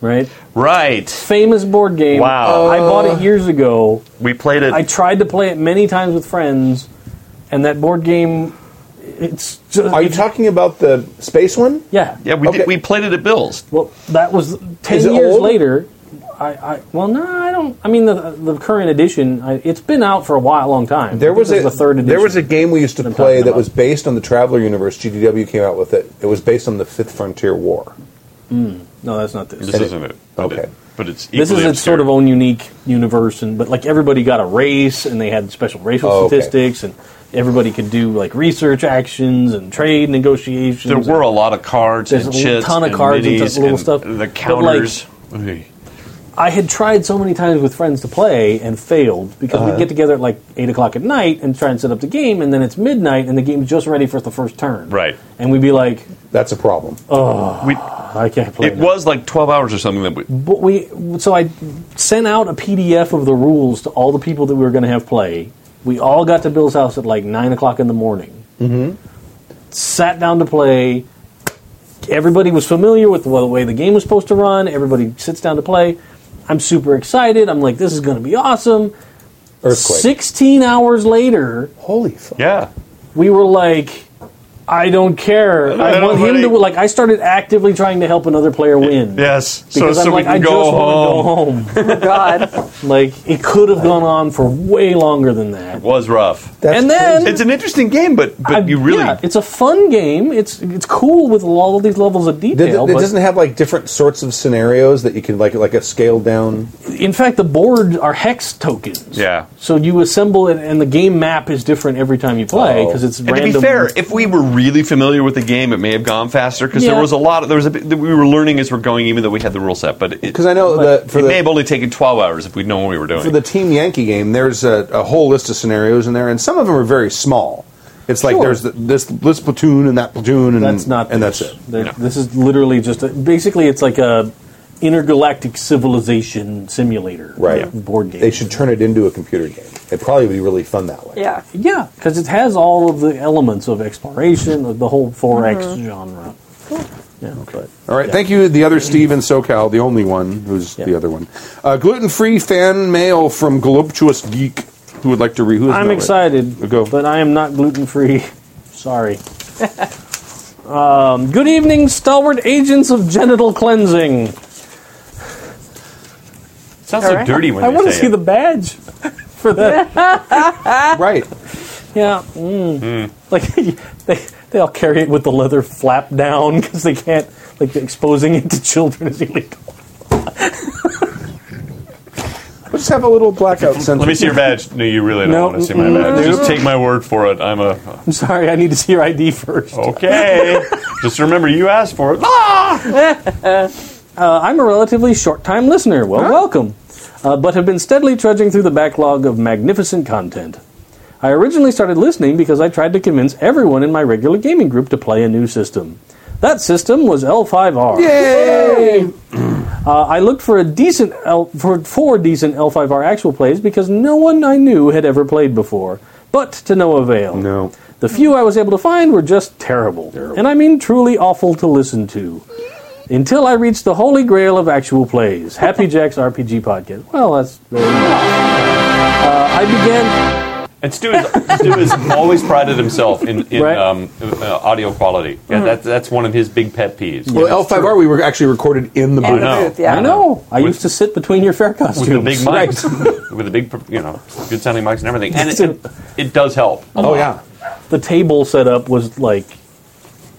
Speaker 5: right?
Speaker 3: right?
Speaker 5: Famous board game.
Speaker 3: Wow.
Speaker 5: I bought it years ago.
Speaker 3: We played it.
Speaker 5: I tried to play it many times with friends, and that board game, it's just
Speaker 2: Are you talking about the space one?
Speaker 5: yeah
Speaker 3: yeah, we
Speaker 2: Okay.
Speaker 3: did, we played it at Bill's.
Speaker 5: Well, that was ten
Speaker 2: Is it
Speaker 5: years
Speaker 2: old?
Speaker 5: later. I, I well no I don't I mean the the current edition I, it's been out for a while long time I
Speaker 2: There
Speaker 5: think
Speaker 2: was
Speaker 5: this
Speaker 2: a
Speaker 5: is the third edition
Speaker 2: There was a game we used to
Speaker 5: I'm
Speaker 2: play
Speaker 5: talking
Speaker 2: that
Speaker 5: about.
Speaker 2: was based on the Traveler universe. GDW came out with it. It was based on the Fifth Frontier War.
Speaker 5: no that's not this
Speaker 3: This isn't it. but
Speaker 2: Okay.
Speaker 3: it- but it's
Speaker 5: this is
Speaker 3: equally
Speaker 5: its sort
Speaker 3: obscure.
Speaker 5: of own unique universe and but like everybody got a race and they had special racial
Speaker 2: Oh, okay.
Speaker 5: statistics and everybody could do like research actions and trade negotiations
Speaker 3: There were a lot of cards
Speaker 5: There's
Speaker 3: and
Speaker 5: a little
Speaker 3: chits
Speaker 5: ton of
Speaker 3: and
Speaker 5: cards and
Speaker 3: middies
Speaker 5: stuff, little stuff.
Speaker 3: The
Speaker 5: But, like-
Speaker 3: counters. Oy.
Speaker 5: I had tried so many times with friends to play and failed because we'd get together at like eight o'clock at night and try and set up the game, and then it's midnight and the game's just ready for the first turn.
Speaker 3: Right.
Speaker 5: And we'd be like,
Speaker 2: That's a problem.
Speaker 5: Uh,
Speaker 3: We-
Speaker 5: I can't play.
Speaker 3: it
Speaker 5: now.
Speaker 3: was like 12 hours or something that we.
Speaker 5: But we so I sent out a PDF of the rules to all the people that we were going to have play. We all got to Bill's house at like nine o'clock in the morning. Mm-hmm. Sat down to play. Everybody was familiar with the way the game was supposed to run. Everybody sits down to play. I'm super excited. I'm like, this is going to be awesome.
Speaker 2: Earthquake.
Speaker 5: 16 hours later,
Speaker 2: Holy fuck.
Speaker 3: Yeah.
Speaker 5: we were like, I don't care. I,
Speaker 3: don't
Speaker 5: want him
Speaker 3: really-
Speaker 5: to like. I started actively trying to help another player win.
Speaker 3: Yes. So,
Speaker 5: Because
Speaker 3: so
Speaker 5: I'm
Speaker 3: we
Speaker 5: like,
Speaker 3: can
Speaker 5: I just
Speaker 3: go home.
Speaker 5: want to go home.
Speaker 4: Oh god.
Speaker 5: like, it could have gone on for way longer than that.
Speaker 3: Was rough.
Speaker 2: That's
Speaker 5: and then
Speaker 3: It's an interesting game, but but
Speaker 5: I-
Speaker 3: you really.
Speaker 5: yeah, it's a fun game. It's it's cool with all these levels of
Speaker 2: Did-
Speaker 5: detail.
Speaker 2: it
Speaker 5: but
Speaker 2: doesn't have like different sorts of scenarios that you can like like a scaled down.
Speaker 5: in fact, the board are hex tokens.
Speaker 3: Yeah.
Speaker 5: So you assemble it, and the game map is different every time you play
Speaker 2: Oh.
Speaker 5: because it's
Speaker 3: and
Speaker 5: random.
Speaker 3: to be fair, if we were really familiar with the game, it may have gone faster because there
Speaker 5: Yeah.
Speaker 3: was a lot. Of, there was a bit that we were learning as we're going, even though we had the rule set. But it,
Speaker 2: Because I know that for
Speaker 3: it
Speaker 2: the
Speaker 3: may have only taken twelve hours if we'd known what we were doing.
Speaker 2: for the Team Yankee game, there's a, a whole list of scenarios in there, and some of them are very small. It's like
Speaker 5: Sure.
Speaker 2: there's th this this platoon and that platoon, and
Speaker 5: that's not.
Speaker 2: and
Speaker 5: this.
Speaker 2: that's it.
Speaker 5: There-
Speaker 3: No.
Speaker 5: This is literally just a, basically it's like a intergalactic civilization simulator
Speaker 2: Right.
Speaker 5: board game.
Speaker 2: They should turn it into a computer game. It'd probably be really fun that way.
Speaker 4: Yeah.
Speaker 5: Mm-hmm. Yeah, because it has all of the elements of exploration, of the whole 4X genre. Yeah, but
Speaker 2: All right. Thank you, the other Steve in SoCal, the only one who's
Speaker 5: Yeah.
Speaker 2: the other one. Uh, Gluten free fan mail from Voluptuous Geek who would like to re. who is
Speaker 5: I'm
Speaker 2: not right.
Speaker 5: excited,
Speaker 2: Go.
Speaker 5: but I am not gluten free. Sorry. um, good evening, stalwart agents of genital cleansing.
Speaker 3: Sounds
Speaker 4: All
Speaker 3: so
Speaker 4: right.
Speaker 3: dirty when
Speaker 5: I
Speaker 3: want to
Speaker 5: see the badge for that.
Speaker 2: Right.
Speaker 5: yeah, mm.
Speaker 2: Hmm.
Speaker 5: like they they all carry it with the leather flap down because they can't like exposing it to children is illegal.
Speaker 2: Let's just have a little blackout sensor.
Speaker 3: Let me see your badge. No, you really don't
Speaker 5: No.
Speaker 3: want to see my
Speaker 5: Mm,
Speaker 3: badge.
Speaker 5: nope.
Speaker 3: Just take my word for it. I'm a
Speaker 5: I'm sorry, I need to see your ID first.
Speaker 3: okay. Just remember, you asked for it. Ah!
Speaker 5: Uh, I'm a relatively short-time listener. Well, welcome. Uh, but have been steadily trudging through the backlog of magnificent content. I originally started listening because I tried to convince everyone in my regular gaming group to play a new system. That system was L5R.
Speaker 2: Yay!
Speaker 5: Uh, I looked for a decent L for four decent L5R actual plays because no one I knew had ever played before, but to no avail.
Speaker 2: No.
Speaker 5: The few I was able to find were just terrible. And I mean truly awful to listen to. Until I reached the holy grail of actual plays Happy Jack's RPG Podcast. Well, that's very nice. Uh, I began.
Speaker 3: And Stu is, Stu is always prided himself in, in
Speaker 5: Right. Mm-hmm.
Speaker 3: um, uh, audio quality. Yeah, that, that's one of his big pet peeves.
Speaker 2: Well, L5R, we were actually recorded in the
Speaker 4: And
Speaker 2: booth.
Speaker 3: know.
Speaker 4: the booth, yeah.
Speaker 5: I know. I
Speaker 3: With-
Speaker 5: used to sit between your fair costumes.
Speaker 3: with the big mics, with the big, you know, good sounding mics and everything. And it, it does help. a
Speaker 2: Oh,
Speaker 3: lot.
Speaker 2: yeah.
Speaker 5: the table setup was like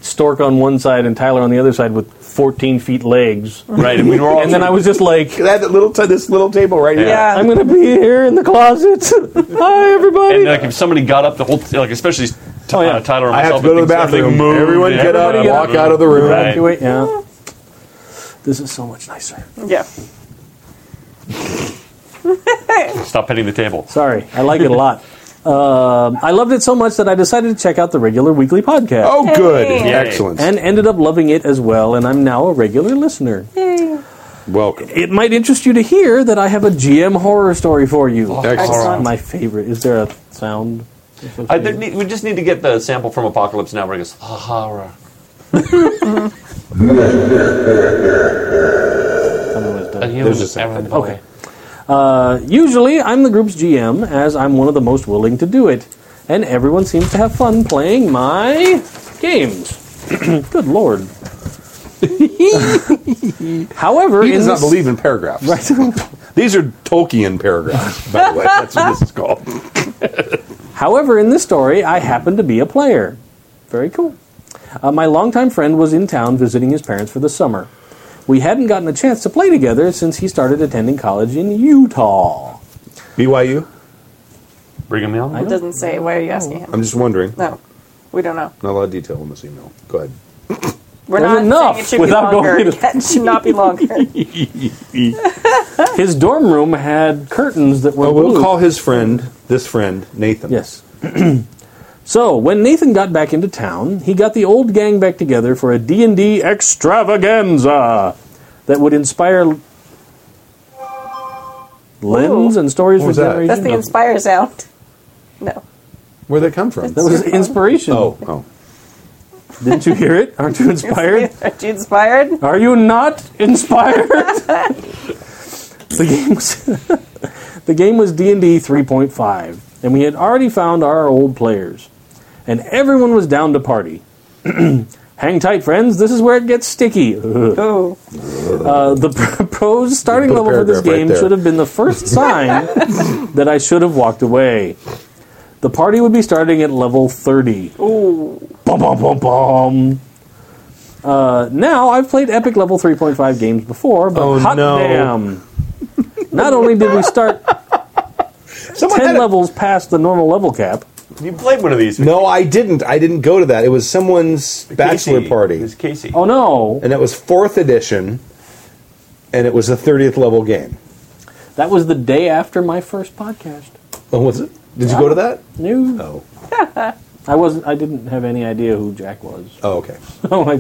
Speaker 5: Stork on one side and Tyler on the other side with 14 feet legs.
Speaker 3: Right. And we were all
Speaker 5: And then I was just like,
Speaker 2: They had that little t- this little table right here.
Speaker 4: Yeah.
Speaker 5: I'm going to be here in the closet. Hi, everybody.
Speaker 3: And like if somebody got up, the whole like especially t-
Speaker 5: Oh, yeah.
Speaker 3: uh, Tyler and
Speaker 2: I have
Speaker 3: myself,
Speaker 2: to go to the
Speaker 3: and things-
Speaker 2: bathroom.
Speaker 3: everything moved,
Speaker 2: Everyone
Speaker 3: and
Speaker 2: get up
Speaker 5: everybody
Speaker 2: and walk
Speaker 5: get up.
Speaker 2: out of the room.
Speaker 3: Right.
Speaker 5: Wait, yeah. This is so much nicer.
Speaker 4: Yeah.
Speaker 3: Stop petting the table.
Speaker 5: Sorry, I like it a lot. Um, I loved it so much that I decided to check out the regular weekly podcast.
Speaker 2: Oh, good.
Speaker 4: Yay.
Speaker 2: Excellent.
Speaker 5: And ended up loving it as well, and I'm now a regular listener.
Speaker 4: Yay.
Speaker 2: Welcome.
Speaker 5: It might interest you to hear that I have a GM horror story for you.
Speaker 2: Oh, Excellent.
Speaker 5: My favorite. Is there a sound?
Speaker 3: I, there need, we just need to get the sample from Apocalypse Now where he goes,
Speaker 2: Oh,
Speaker 3: "Ah, horror. A human
Speaker 2: There's a sample.
Speaker 3: "Oh, everything.
Speaker 5: Okay. Uh, usually, I'm the group's GM, as I'm one of the most willing to do it, and everyone seems to have fun playing my games. Good lord. However,
Speaker 2: He
Speaker 5: in
Speaker 2: does not
Speaker 5: this-
Speaker 2: believe in paragraphs. These are Tolkien paragraphs, by the way. That's what this is called.
Speaker 5: However, in this story, I happen to be a player. Very cool. Uh, my longtime friend was in town visiting his parents for the summer. We hadn't gotten a chance to play together since he started attending college in Utah.
Speaker 2: BYU?
Speaker 3: Brigham Young.
Speaker 4: It doesn't say. Why are you asking him?
Speaker 2: I'm just wondering.
Speaker 4: No. We don't know.
Speaker 2: Not a lot of detail in this email. Go ahead.
Speaker 4: We're
Speaker 5: There's
Speaker 4: not
Speaker 5: enough
Speaker 4: saying it should
Speaker 5: without
Speaker 4: be longer.
Speaker 5: going into-
Speaker 4: Yeah, it should not be longer.
Speaker 5: His dorm room had curtains that were
Speaker 2: Well, Oh, we'll
Speaker 5: blue.
Speaker 2: call his friend, this friend, Nathan.
Speaker 5: Yes. so when Nathan got back into town, he got the old gang back together for a D&D extravaganza that would inspire lens and stories
Speaker 2: What
Speaker 5: for
Speaker 2: was that?
Speaker 5: generations.
Speaker 4: That's the inspire sound. No.
Speaker 2: Where'd that come from?
Speaker 5: That was inspiration.
Speaker 2: oh, oh.
Speaker 5: Didn't you hear it? Aren't you inspired?
Speaker 4: Are you inspired?
Speaker 5: Are you not inspired? the game was the game was D and D three point five, and we had already found our old players, and everyone was down to party. Hang tight, friends. This is where it gets sticky. Ugh.
Speaker 4: Oh.
Speaker 5: Uh, the proposed starting
Speaker 2: Put a
Speaker 5: level for this
Speaker 2: paragraph right
Speaker 5: game
Speaker 2: there.
Speaker 5: should have been the first sign that I should have walked away. The party would be starting at level 30. Ooh. Bum, bum, bum, bum. Uh, now, I've played epic level 3.5 games before, but
Speaker 2: Oh,
Speaker 5: hot
Speaker 2: no.
Speaker 5: damn. Not only did we start 10
Speaker 2: had a-
Speaker 5: levels past the normal level cap,
Speaker 3: You played one of these.
Speaker 2: No, I didn't. I didn't go to that. It was someone's bachelor
Speaker 3: Casey. It
Speaker 2: party.
Speaker 3: was Casey.
Speaker 5: oh no,
Speaker 2: And that was fourth edition, and it was a 30th level game.
Speaker 5: that was the day after my first podcast.
Speaker 2: Oh, was it? Did you go to that?
Speaker 5: No,
Speaker 2: Oh.
Speaker 5: I wasn't. I didn't have any idea who Jack was.
Speaker 2: Oh, okay.
Speaker 5: Oh my!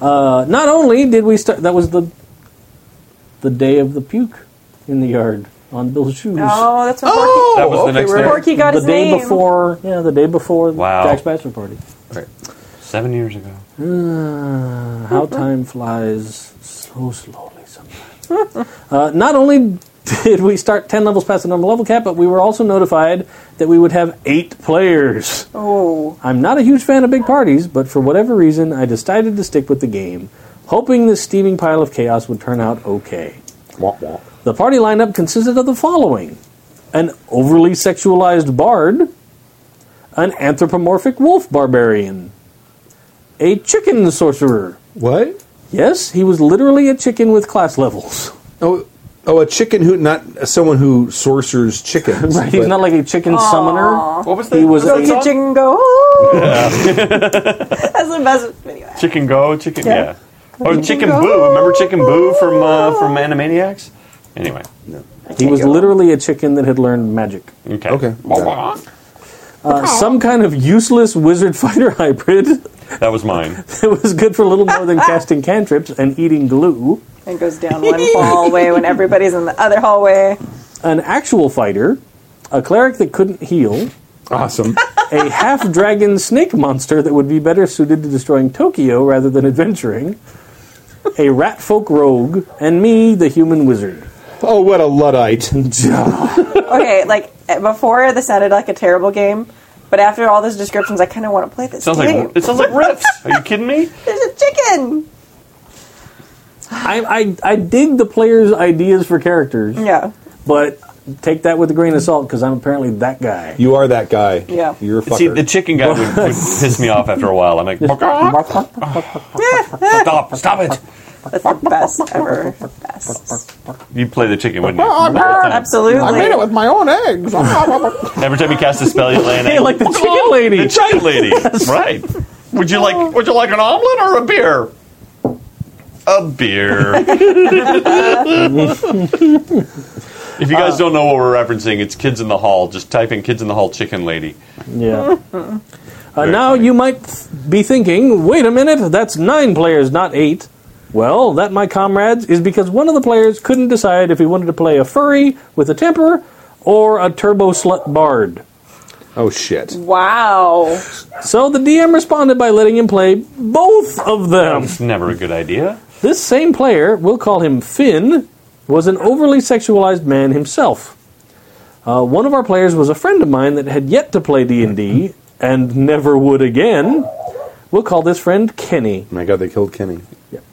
Speaker 5: Uh, not only did we start, that was the the day of the puke in the yard on Bill's shoes.
Speaker 4: Oh, that's when
Speaker 2: Oh,
Speaker 3: That was the
Speaker 2: okay,
Speaker 3: next
Speaker 2: we're-
Speaker 3: day.
Speaker 4: Porky, Porky got
Speaker 5: the
Speaker 4: his
Speaker 5: day
Speaker 4: name.
Speaker 5: before, yeah, the day before
Speaker 3: Wow.
Speaker 5: Jack's bachelor party.
Speaker 2: All right.
Speaker 1: Seven years ago.
Speaker 5: Uh, how time flies so slowly sometimes. uh, not only did we start 10 levels past the normal level cap, but we were also notified that we would have eight players.
Speaker 4: Oh,
Speaker 5: I'm not a huge fan of big parties, but for whatever reason, I decided to stick with the game, hoping this steaming pile of chaos would turn out okay.
Speaker 2: Womp womp.
Speaker 5: The party lineup consisted of the following an overly sexualized bard, an anthropomorphic wolf barbarian, a chicken sorcerer.
Speaker 2: What?
Speaker 5: Yes, he was literally a chicken with class levels.
Speaker 2: Oh, oh, a chicken who not someone who sorcers chickens.
Speaker 5: Right? He's
Speaker 2: but-
Speaker 5: not like a chicken summoner.
Speaker 3: What was
Speaker 5: He was
Speaker 4: go
Speaker 5: a,
Speaker 4: kitchen go! That's the best video.
Speaker 1: Chicken Go, Chicken. Yeah.
Speaker 4: Yeah.
Speaker 1: Oh, Chicken Boo. Remember Chicken Boo from uh, from Animaniacs? Anyway.
Speaker 5: he was literally a chicken that had learned magic.
Speaker 1: Okay.
Speaker 2: Okay.
Speaker 1: Wah, wah.
Speaker 5: Uh, some kind of useless wizard fighter hybrid that
Speaker 1: That was mine.
Speaker 5: was good for little more than casting cantrips and eating glue.
Speaker 4: And goes down one hallway when everybody's in the other hallway.
Speaker 5: An actual fighter, a cleric that couldn't heal,
Speaker 2: Awesome.
Speaker 5: a half dragon snake monster that would be better suited to destroying Tokyo rather than adventuring, a rat folk rogue, and me, the human wizard.
Speaker 2: oh, what a luddite.
Speaker 4: Okay, like eh, before this sounded like a terrible game, but after all those descriptions, I kind of want to play this
Speaker 1: Sounds
Speaker 4: game.
Speaker 1: like it sounds like riffs. Are you kidding me?
Speaker 4: There's a chicken.
Speaker 5: I, I, I dig the players' ideas for characters,
Speaker 4: Yeah,
Speaker 5: but take that with a grain of salt because I'm apparently that guy.
Speaker 2: You are that guy.
Speaker 4: Yeah.
Speaker 2: You're a fucker.
Speaker 1: See, the chicken guy would, would piss me off after a while. I'm like, stop, stop it.
Speaker 4: that's the best ever. The Best.
Speaker 1: You play the chicken, wouldn't you?
Speaker 4: Absolutely.
Speaker 2: my own eggs.
Speaker 1: Every time you cast a spell, you lay an egg.
Speaker 5: Hey, like the chicken lady.
Speaker 1: The chicken lady, right? Would you
Speaker 4: Oh.
Speaker 1: like Would you like an omelet or a beer? A beer. if you
Speaker 5: Uh.
Speaker 1: guys don't know what we're referencing, it's Kids in the Hall. Just type in Kids in the Hall Chicken Lady.
Speaker 5: Yeah. Uh, now you might th- be thinking, wait a minute, that's nine players, not eight. Well, that, my comrades, is because one of the players couldn't decide if he wanted to play a furry with a temper or a turbo slut bard.
Speaker 2: oh shit.
Speaker 4: Wow.
Speaker 5: So the DM responded by letting him play both of them.
Speaker 1: It's never a good idea.
Speaker 5: This same player, we'll call him Finn, was an overly sexualized man himself. Uh, one of our players was a friend of mine that had yet to play D&D and never would again. We'll call this friend Kenny,
Speaker 2: My god, they killed Kenny.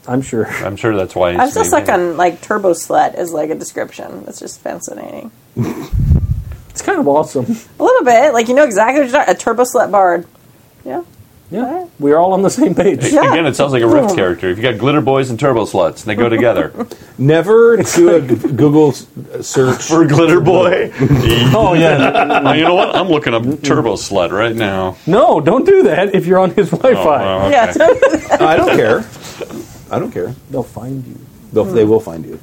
Speaker 5: I'm sure.
Speaker 1: I'm sure that's why.
Speaker 4: I'm still stuck on like turbo sled as like a description. That's just fascinating.
Speaker 5: It's kind of awesome.
Speaker 4: A little bit, like you know exactly what you're talking. A turbo sled bard. Yeah.
Speaker 5: Yeah, we're all on the same page.
Speaker 4: Yeah.
Speaker 1: Again, it sounds like a
Speaker 4: Hmm.
Speaker 1: Rift character. If you got glitter boys and turbo sluts, they go together.
Speaker 2: Never do a g- Google s- uh, search.
Speaker 1: For glitter boy.
Speaker 5: Oh, yeah.
Speaker 1: Oh, you know what? I'm looking up turbo slut right now.
Speaker 5: No, don't do that if you're on his Wi
Speaker 1: Oh,
Speaker 5: Fi.
Speaker 1: wow, okay.
Speaker 4: Yeah.
Speaker 2: I don't care. I don't care.
Speaker 5: They'll find you.
Speaker 2: They'll, They will find you.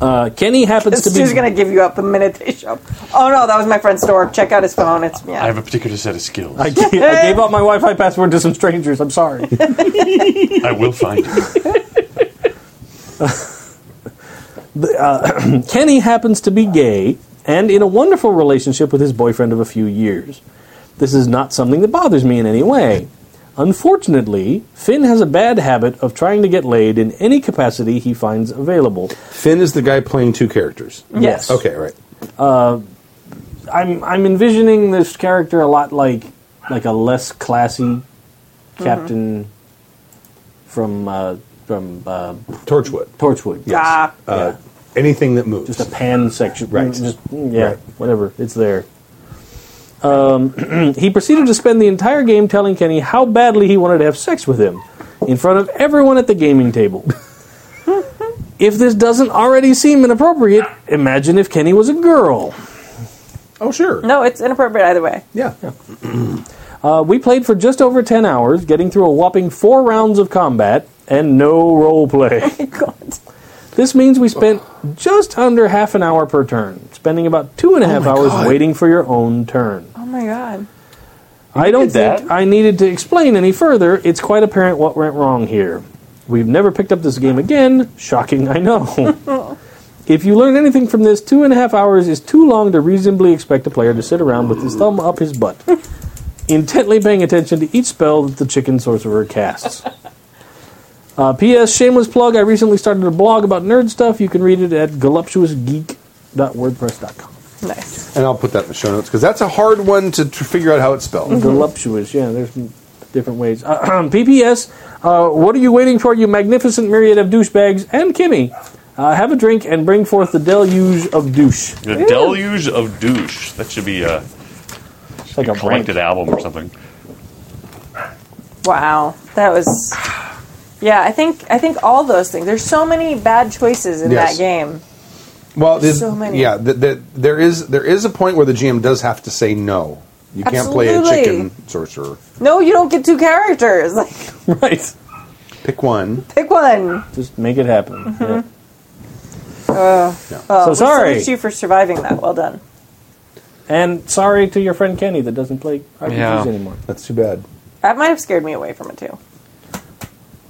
Speaker 5: Uh, Kenny happens to
Speaker 4: It's
Speaker 5: be.
Speaker 4: just gonna give you up the minute they show. up. Oh no, that was my friend's store. Check out his phone. It's yeah.
Speaker 1: I have a particular set of skills.
Speaker 5: I
Speaker 1: I,
Speaker 5: gave, I gave out my Wi Fi password to some strangers. I'm sorry.
Speaker 1: will find it.
Speaker 5: Kenny happens to be gay and in a wonderful relationship with his boyfriend of a few years. This is not something that bothers me in any way. Unfortunately, Finn has a bad habit of trying to get laid in any capacity he finds available.
Speaker 2: Finn is the guy playing two characters.
Speaker 5: Yes.
Speaker 2: Okay, right.
Speaker 5: I'm I'm envisioning this character a lot like like a less classy captain from uh, from uh,
Speaker 2: Torchwood.
Speaker 5: Torchwood.
Speaker 4: Ah,
Speaker 2: Uh, Anything that moves.
Speaker 5: just a pan section,
Speaker 2: Right.
Speaker 5: mm, Just mm, yeah,
Speaker 2: Right.
Speaker 5: whatever. It's there. Um, he proceeded to spend the entire game telling Kenny how badly he wanted to have sex with him in front of everyone at the gaming table. if this doesn't already seem inappropriate, imagine if Kenny was a girl.
Speaker 2: oh, sure.
Speaker 4: no, it's inappropriate either way.
Speaker 2: Yeah.
Speaker 5: Uh, we played for just over 10 hours, getting through a whopping four rounds of combat and no role play.
Speaker 4: God.
Speaker 5: This means we spent just under half an hour per turn, spending about two and a half
Speaker 2: Oh my
Speaker 5: hours
Speaker 2: God.
Speaker 5: waiting for your own turn.
Speaker 4: Oh my god.
Speaker 5: I don't
Speaker 1: did that.
Speaker 5: think I needed to explain any further. It's quite apparent what went wrong here. We've never picked up this game again. Shocking, I know. if you learn anything from this, two and a half hours is too long to reasonably expect a player to sit around with his thumb up his butt. intently paying attention to each spell that the chicken sorcerer casts. Uh, P.S. Shameless plug. I recently started a blog about nerd stuff. You can read it at voluptuousgeek.wordpress.com.
Speaker 4: Nice.
Speaker 2: And I'll put that in the show notes because that's a hard one to, to figure out how it's
Speaker 5: Mm.
Speaker 2: spelled.
Speaker 4: Mm-hmm.
Speaker 5: Voluptuous. Yeah, there's m- different ways. P.P.S. Uh, what are you waiting for, you magnificent myriad of douchebags and Kimmy? Uh, have a drink and bring forth the deluge of douche.
Speaker 1: The Deluge of Douche. That should be a,
Speaker 5: It's like a blank.
Speaker 1: collected album or something.
Speaker 4: Wow, that was. Yeah, I think I think all those things. There's so many bad choices in
Speaker 2: Yes.
Speaker 4: that game.
Speaker 2: Well, there's,
Speaker 4: so many.
Speaker 2: yeah, th- th- there is there is a point where the GM does have to say no. You can't play a
Speaker 4: Absolutely.
Speaker 2: chicken sorcerer.
Speaker 4: No, you don't get two characters. Like,
Speaker 5: Right.
Speaker 2: Pick one.
Speaker 4: pick one.
Speaker 5: Just make it happen.
Speaker 4: Mm-hmm.
Speaker 5: Yeah.
Speaker 4: Oh, we
Speaker 5: sorry.
Speaker 4: salute you for surviving that. Well done.
Speaker 5: And sorry to your friend Kenny that doesn't play RPGs
Speaker 3: Yeah.
Speaker 5: anymore.
Speaker 2: That's too bad.
Speaker 4: That might have scared me away from it too.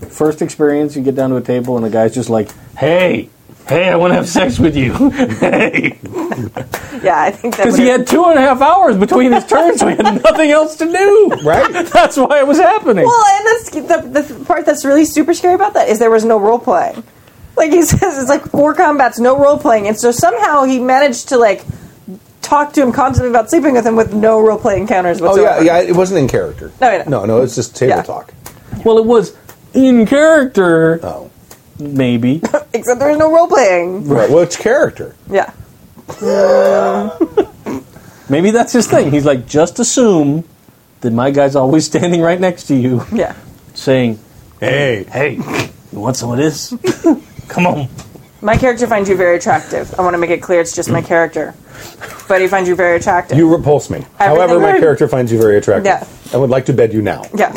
Speaker 5: First experience, you get down to a table and the guy's just like, "Hey, hey, I want to have sex with you." hey,
Speaker 4: Yeah, I think that
Speaker 5: because he
Speaker 4: would've-
Speaker 5: had two and a half hours between his turns, so he had nothing else to do.
Speaker 2: Right?
Speaker 5: That's why it was happening.
Speaker 4: Well, and that's the, the th- part that's really super scary about that is there was no role playing. Like he says, it's like four combats, no role playing, and so somehow he managed to like talk to him constantly about sleeping with him with no role playing encounters
Speaker 2: oh
Speaker 4: whatsoever.
Speaker 2: yeah, yeah. It wasn't in character.
Speaker 4: No, I know.
Speaker 2: no, no. It's just table
Speaker 4: Yeah.
Speaker 2: talk.
Speaker 5: Well, it was in character,
Speaker 2: Oh,
Speaker 5: maybe.
Speaker 4: Except there was no role playing.
Speaker 2: right. Well, it's character.
Speaker 4: Yeah.
Speaker 5: Maybe that's his thing. He's like, just assume that my guy's always standing right next to you,
Speaker 4: Yeah.
Speaker 5: saying,
Speaker 2: Hey,
Speaker 5: "Hey, you want some of this? Come on."
Speaker 4: My character finds you very attractive. I want to make it clear it's just my character. But he finds you very attractive.
Speaker 2: you repulse me. However, my
Speaker 4: Everything-
Speaker 2: character finds you very attractive.
Speaker 4: Yeah.
Speaker 2: I would like to bed you now.
Speaker 4: yeah.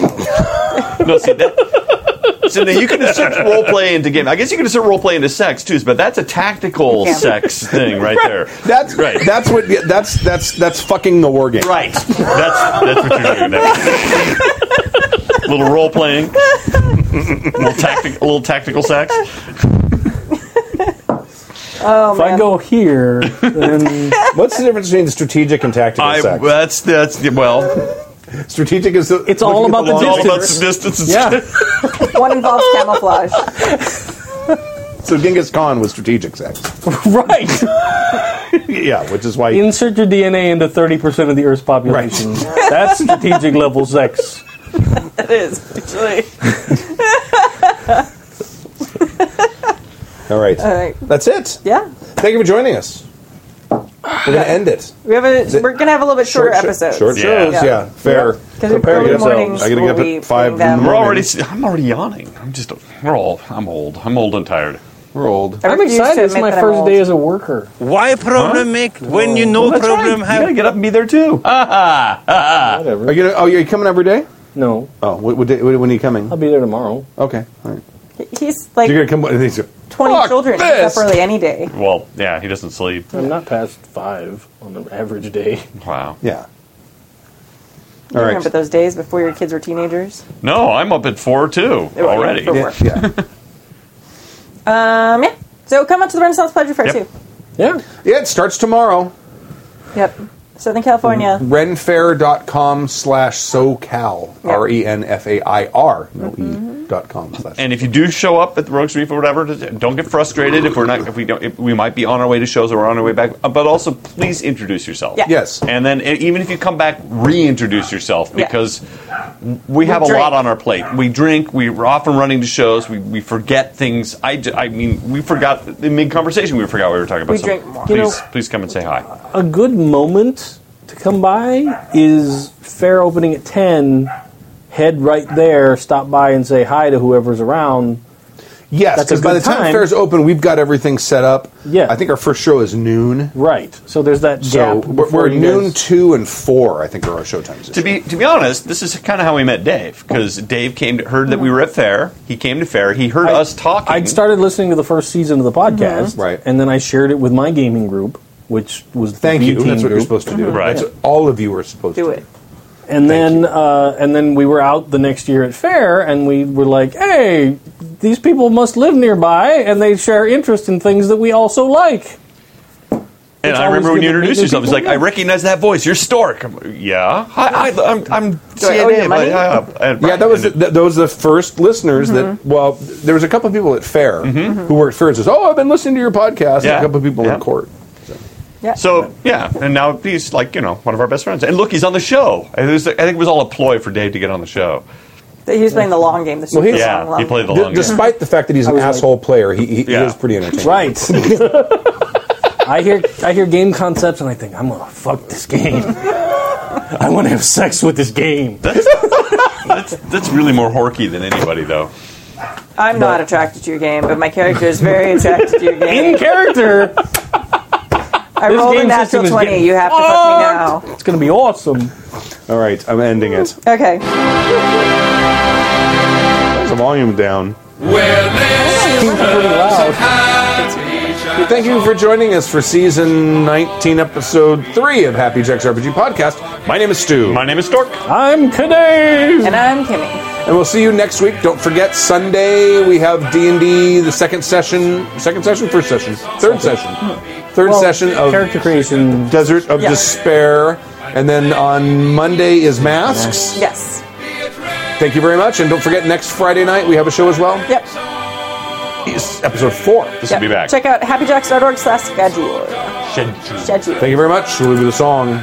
Speaker 3: No, see that. So now you can insert role play into game. I guess you can insert role play into sex too, but that's a tactical
Speaker 4: Yeah.
Speaker 3: sex thing right there.
Speaker 2: That's
Speaker 3: Right.
Speaker 2: That's what. That's that's that's fucking the war game.
Speaker 3: Right. That's that's what you're doing. There. little role playing, little tactic, little tactical sex.
Speaker 4: Oh,
Speaker 5: if I go here, then
Speaker 2: What's the difference between strategic and tactical
Speaker 3: I,
Speaker 2: sex?
Speaker 3: that's that's well,
Speaker 2: strategic is the,
Speaker 5: It's all
Speaker 2: looking at
Speaker 5: about the
Speaker 3: it's all
Speaker 2: long-
Speaker 3: about some distance. and
Speaker 5: yeah.
Speaker 3: stuff.
Speaker 4: One involves camouflage.
Speaker 2: So Genghis Khan was strategic sex.
Speaker 5: Right.
Speaker 2: yeah, which is why.
Speaker 5: Insert your DNA into 30% of the Earth's population. That's strategic level sex.
Speaker 4: It is, actually.
Speaker 2: all right.
Speaker 4: All right.
Speaker 2: That's it.
Speaker 4: Uh, Yeah.
Speaker 2: Thank you for joining us. We're going to end it.
Speaker 4: We have a, we're going to have a little bit shorter
Speaker 2: Short sho-
Speaker 4: episodes.
Speaker 2: Short shows, yeah.
Speaker 4: Yeah.
Speaker 2: Fair.
Speaker 4: Because we early mornings
Speaker 2: I got to
Speaker 4: will
Speaker 2: get up
Speaker 4: be
Speaker 2: at 5 in
Speaker 4: putting
Speaker 2: the
Speaker 4: them-
Speaker 2: morning.
Speaker 3: We're already. s- I'm already yawning. I'm just. We're all. I'm old. I'm old and tired.
Speaker 2: We're old.
Speaker 4: I refuse to
Speaker 5: It's
Speaker 4: admit
Speaker 5: my
Speaker 4: that I'm
Speaker 5: first
Speaker 4: old.
Speaker 5: day as a worker.
Speaker 6: Why problem make when
Speaker 4: Oh,
Speaker 6: you no
Speaker 3: That's
Speaker 6: problem
Speaker 3: right. You
Speaker 6: have?
Speaker 3: gotta get up and be there too.
Speaker 4: Uh,
Speaker 2: Are you, gonna- oh, you're coming every day?
Speaker 5: No,
Speaker 2: Oh, what, what day, when are you coming?
Speaker 5: I'll be there tomorrow.
Speaker 2: Okay. All right.
Speaker 4: He's like
Speaker 2: You're going to come. these are-
Speaker 4: 20
Speaker 2: Fuck
Speaker 4: children. He's
Speaker 2: this.
Speaker 4: up early any day.
Speaker 3: Well, yeah, he doesn't sleep.
Speaker 5: I'm not past five on an average day.
Speaker 3: Wow.
Speaker 2: Yeah.
Speaker 4: You
Speaker 2: All right.
Speaker 4: remember those days before your kids were teenagers?
Speaker 3: No, I'm up at four too
Speaker 4: were
Speaker 3: already.
Speaker 4: up for
Speaker 2: Yeah.
Speaker 4: work.
Speaker 2: yeah.
Speaker 4: Um, yeah. So come out to the Renaissance Pledge Fair,
Speaker 3: Yep.
Speaker 4: too.
Speaker 5: Yeah.
Speaker 2: Yeah, it starts tomorrow.
Speaker 4: Yep. Southern California.
Speaker 2: Renfair.com slash SoCal.
Speaker 4: Yeah. Mm-hmm.
Speaker 2: R E N F A I R. No E dot com slash.
Speaker 3: And if you do show up at the Rogues Reef or whatever, just- don't get frustrated if we're not. If we don't, if we might be on our way to shows or we're on our way back. Uh, But also, please introduce yourself.
Speaker 4: Yeah.
Speaker 2: Yes.
Speaker 3: And then, e- even if you come back, reintroduce yourself
Speaker 4: Yeah.
Speaker 3: because we have a
Speaker 4: drink.
Speaker 3: lot on our plate. We drink. We are often running to shows. We, we forget things. I, d- I mean, we forgot in mid conversation. We forgot we were talking about.
Speaker 4: We
Speaker 3: something.
Speaker 4: drink more.
Speaker 3: Please,
Speaker 5: You know-
Speaker 3: please come and say hi.
Speaker 5: A good moment to come by is fair opening at 10. Head right there, stop by and say hi to whoever's around.
Speaker 2: Yes,
Speaker 5: That's a
Speaker 2: because by the
Speaker 5: good
Speaker 2: time,
Speaker 5: time.
Speaker 2: fair's open, we've got everything set up.
Speaker 5: Yeah.
Speaker 2: I think our first show is noon.
Speaker 5: Right. So there's that
Speaker 2: So
Speaker 5: gap.
Speaker 2: we're,
Speaker 5: before
Speaker 2: we're
Speaker 5: you
Speaker 2: noon
Speaker 5: guys-
Speaker 2: two and four. I think are our show times.
Speaker 3: To be to be honest, this is kind of how we met Dave because Dave came to, heard that we were at fair. He came to fair. He heard us talking.
Speaker 5: I started listening to the first season of the podcast,
Speaker 2: Right.
Speaker 5: And then I shared it with my gaming group, which was the
Speaker 2: Thank
Speaker 5: B
Speaker 2: you.
Speaker 5: Team
Speaker 2: That's what you're
Speaker 5: group.
Speaker 2: supposed to do.
Speaker 3: Right.
Speaker 2: That's what all of you are supposed
Speaker 4: Do
Speaker 2: to
Speaker 4: it.
Speaker 5: And then, uh, and then we were out the next year at fair, and we were like, "Hey, these people must live nearby, and they share interest in things that we also like."
Speaker 3: And
Speaker 5: It's
Speaker 3: I remember
Speaker 5: always
Speaker 3: when you
Speaker 5: good to meet
Speaker 3: introduced
Speaker 5: new
Speaker 3: yourself, it's
Speaker 5: people,
Speaker 3: like, I
Speaker 5: yeah.
Speaker 3: recognize that voice. You're Stork. I'm like, yeah. Hi, I, I'm, I'm
Speaker 4: I owe you
Speaker 3: CNN.
Speaker 4: money?
Speaker 3: I- I- I-
Speaker 2: Yeah, that was the,
Speaker 3: and
Speaker 2: th- those the first listeners that. Well, there was a couple of people at Fair who were at Fair and says, "Oh, I've been listening to your podcast."
Speaker 3: Yeah.
Speaker 2: And a couple of people
Speaker 3: Yeah.
Speaker 2: in court.
Speaker 4: Yeah.
Speaker 3: So yeah, and now he's like you know one of our best friends. And look, he's on the show. It was- I think it was all a ploy for Dave to get on the show.
Speaker 4: he was playing the long game. The
Speaker 2: Mm-hmm. Well, he's-
Speaker 4: super
Speaker 2: Yeah,
Speaker 4: long, long
Speaker 3: Yeah, he played the
Speaker 2: D-
Speaker 3: long game.
Speaker 2: despite the fact that he's an
Speaker 5: was like-
Speaker 2: asshole player, he, he,
Speaker 3: Yeah.
Speaker 2: he is pretty entertaining.
Speaker 5: Right. I hear I hear game concepts and I think I'm gonna fuck this game. I want to have sex with this game.
Speaker 3: That's that's really more horky than anybody though.
Speaker 4: I'm not attracted to your game, but my character is very attracted to your game.
Speaker 5: In character,
Speaker 4: I
Speaker 5: this
Speaker 4: rolled a
Speaker 5: game system
Speaker 4: natural
Speaker 5: is
Speaker 4: 20.
Speaker 5: getting
Speaker 4: You have to fuck me now.
Speaker 5: it's gonna be awesome.
Speaker 2: All right, I'm ending it.
Speaker 4: Okay.
Speaker 2: Put The volume down.
Speaker 5: Seems pretty loud.
Speaker 2: Thank you for joining us for season 19, episode three of Happy Jacks RPG podcast. My name is Stu,
Speaker 3: My name is Stork.
Speaker 5: I'm Kadave.
Speaker 4: And I'm Kimmy.
Speaker 2: and we'll see you next week. Don't forget Sunday we have D and D, the second session, second session, first session, third session, third session of
Speaker 5: character creation.
Speaker 2: Desert of
Speaker 4: Hmm. Yeah.
Speaker 2: Despair. And then on Monday is Masks.
Speaker 4: Yes.
Speaker 2: Thank you very much. And don't forget, next Friday night we have a show as well.
Speaker 4: Yep.
Speaker 2: It's episode four.
Speaker 3: This
Speaker 4: yep.
Speaker 3: will be back.
Speaker 4: Check out happyjacks.org slash schedule. Schedule.
Speaker 2: Thank you very much. We'll leave you with a song.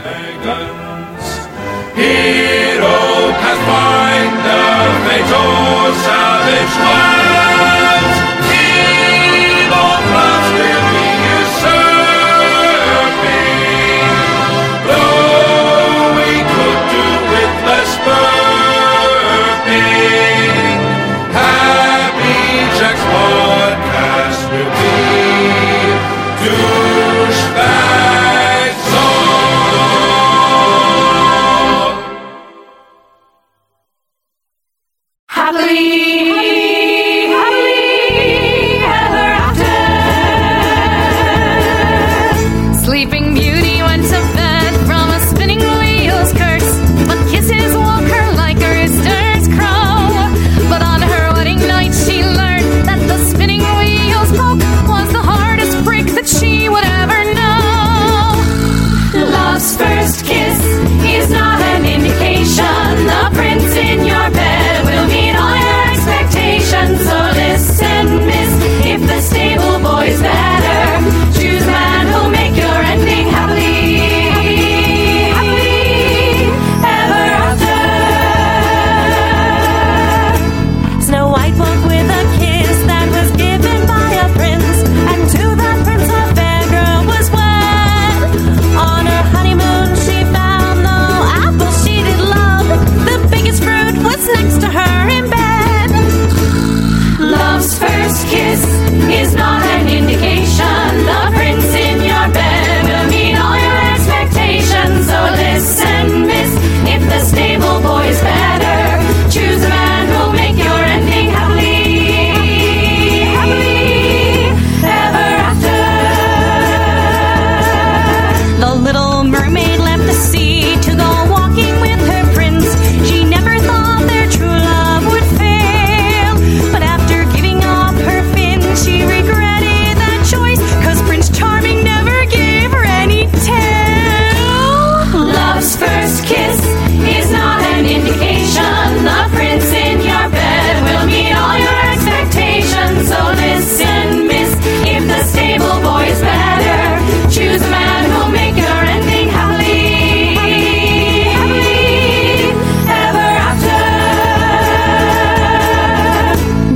Speaker 7: hero can find the fatal savage lands. Evil plots will be usurping. Though we could do with less burping, Happy Jack's podcast will be douchebags on.
Speaker 8: Happily, happily ever after. Sleeping Beauty went to bed from a spinning wheel's curse, but kisses woke her like a rooster's crow. But on her wedding night, she learned that the spinning wheel's poke was the hardest prick that she would ever know. Love's first kiss is not an indication. The prince in your bed will meet all your expectations. So listen, miss, if the stable boy's better, choose man who'll make your ending happily. happily ever after. Snow White woke with a kiss that was given by a prince, and to the prince her fair girl was wed. On her honeymoon, she found the apple she did love. The biggest fruit was next to her in bed. Love's first kiss is not an indication. The prince in your bed will meet all your expectations. So listen, miss, if the stable boy's better, choose a man who'll make your ending happily, happily ever after. The little mermaid left the sea to go walking with her prince. She never thought their true love would fail. But after giving up her fin, she regretted that choice. Cause Prince Charming never gave her any tail. Love's first kiss is not an indication. The prince in your bed will meet all your expectations. So listen, miss, if the stable boy's better, choose a man who'll make your ending happily. happily ever after.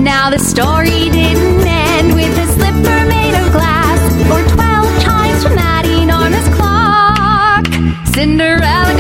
Speaker 8: Now the story didn't end with a slipper made of glass, or twelve chimes from that enormous clock. Cinderella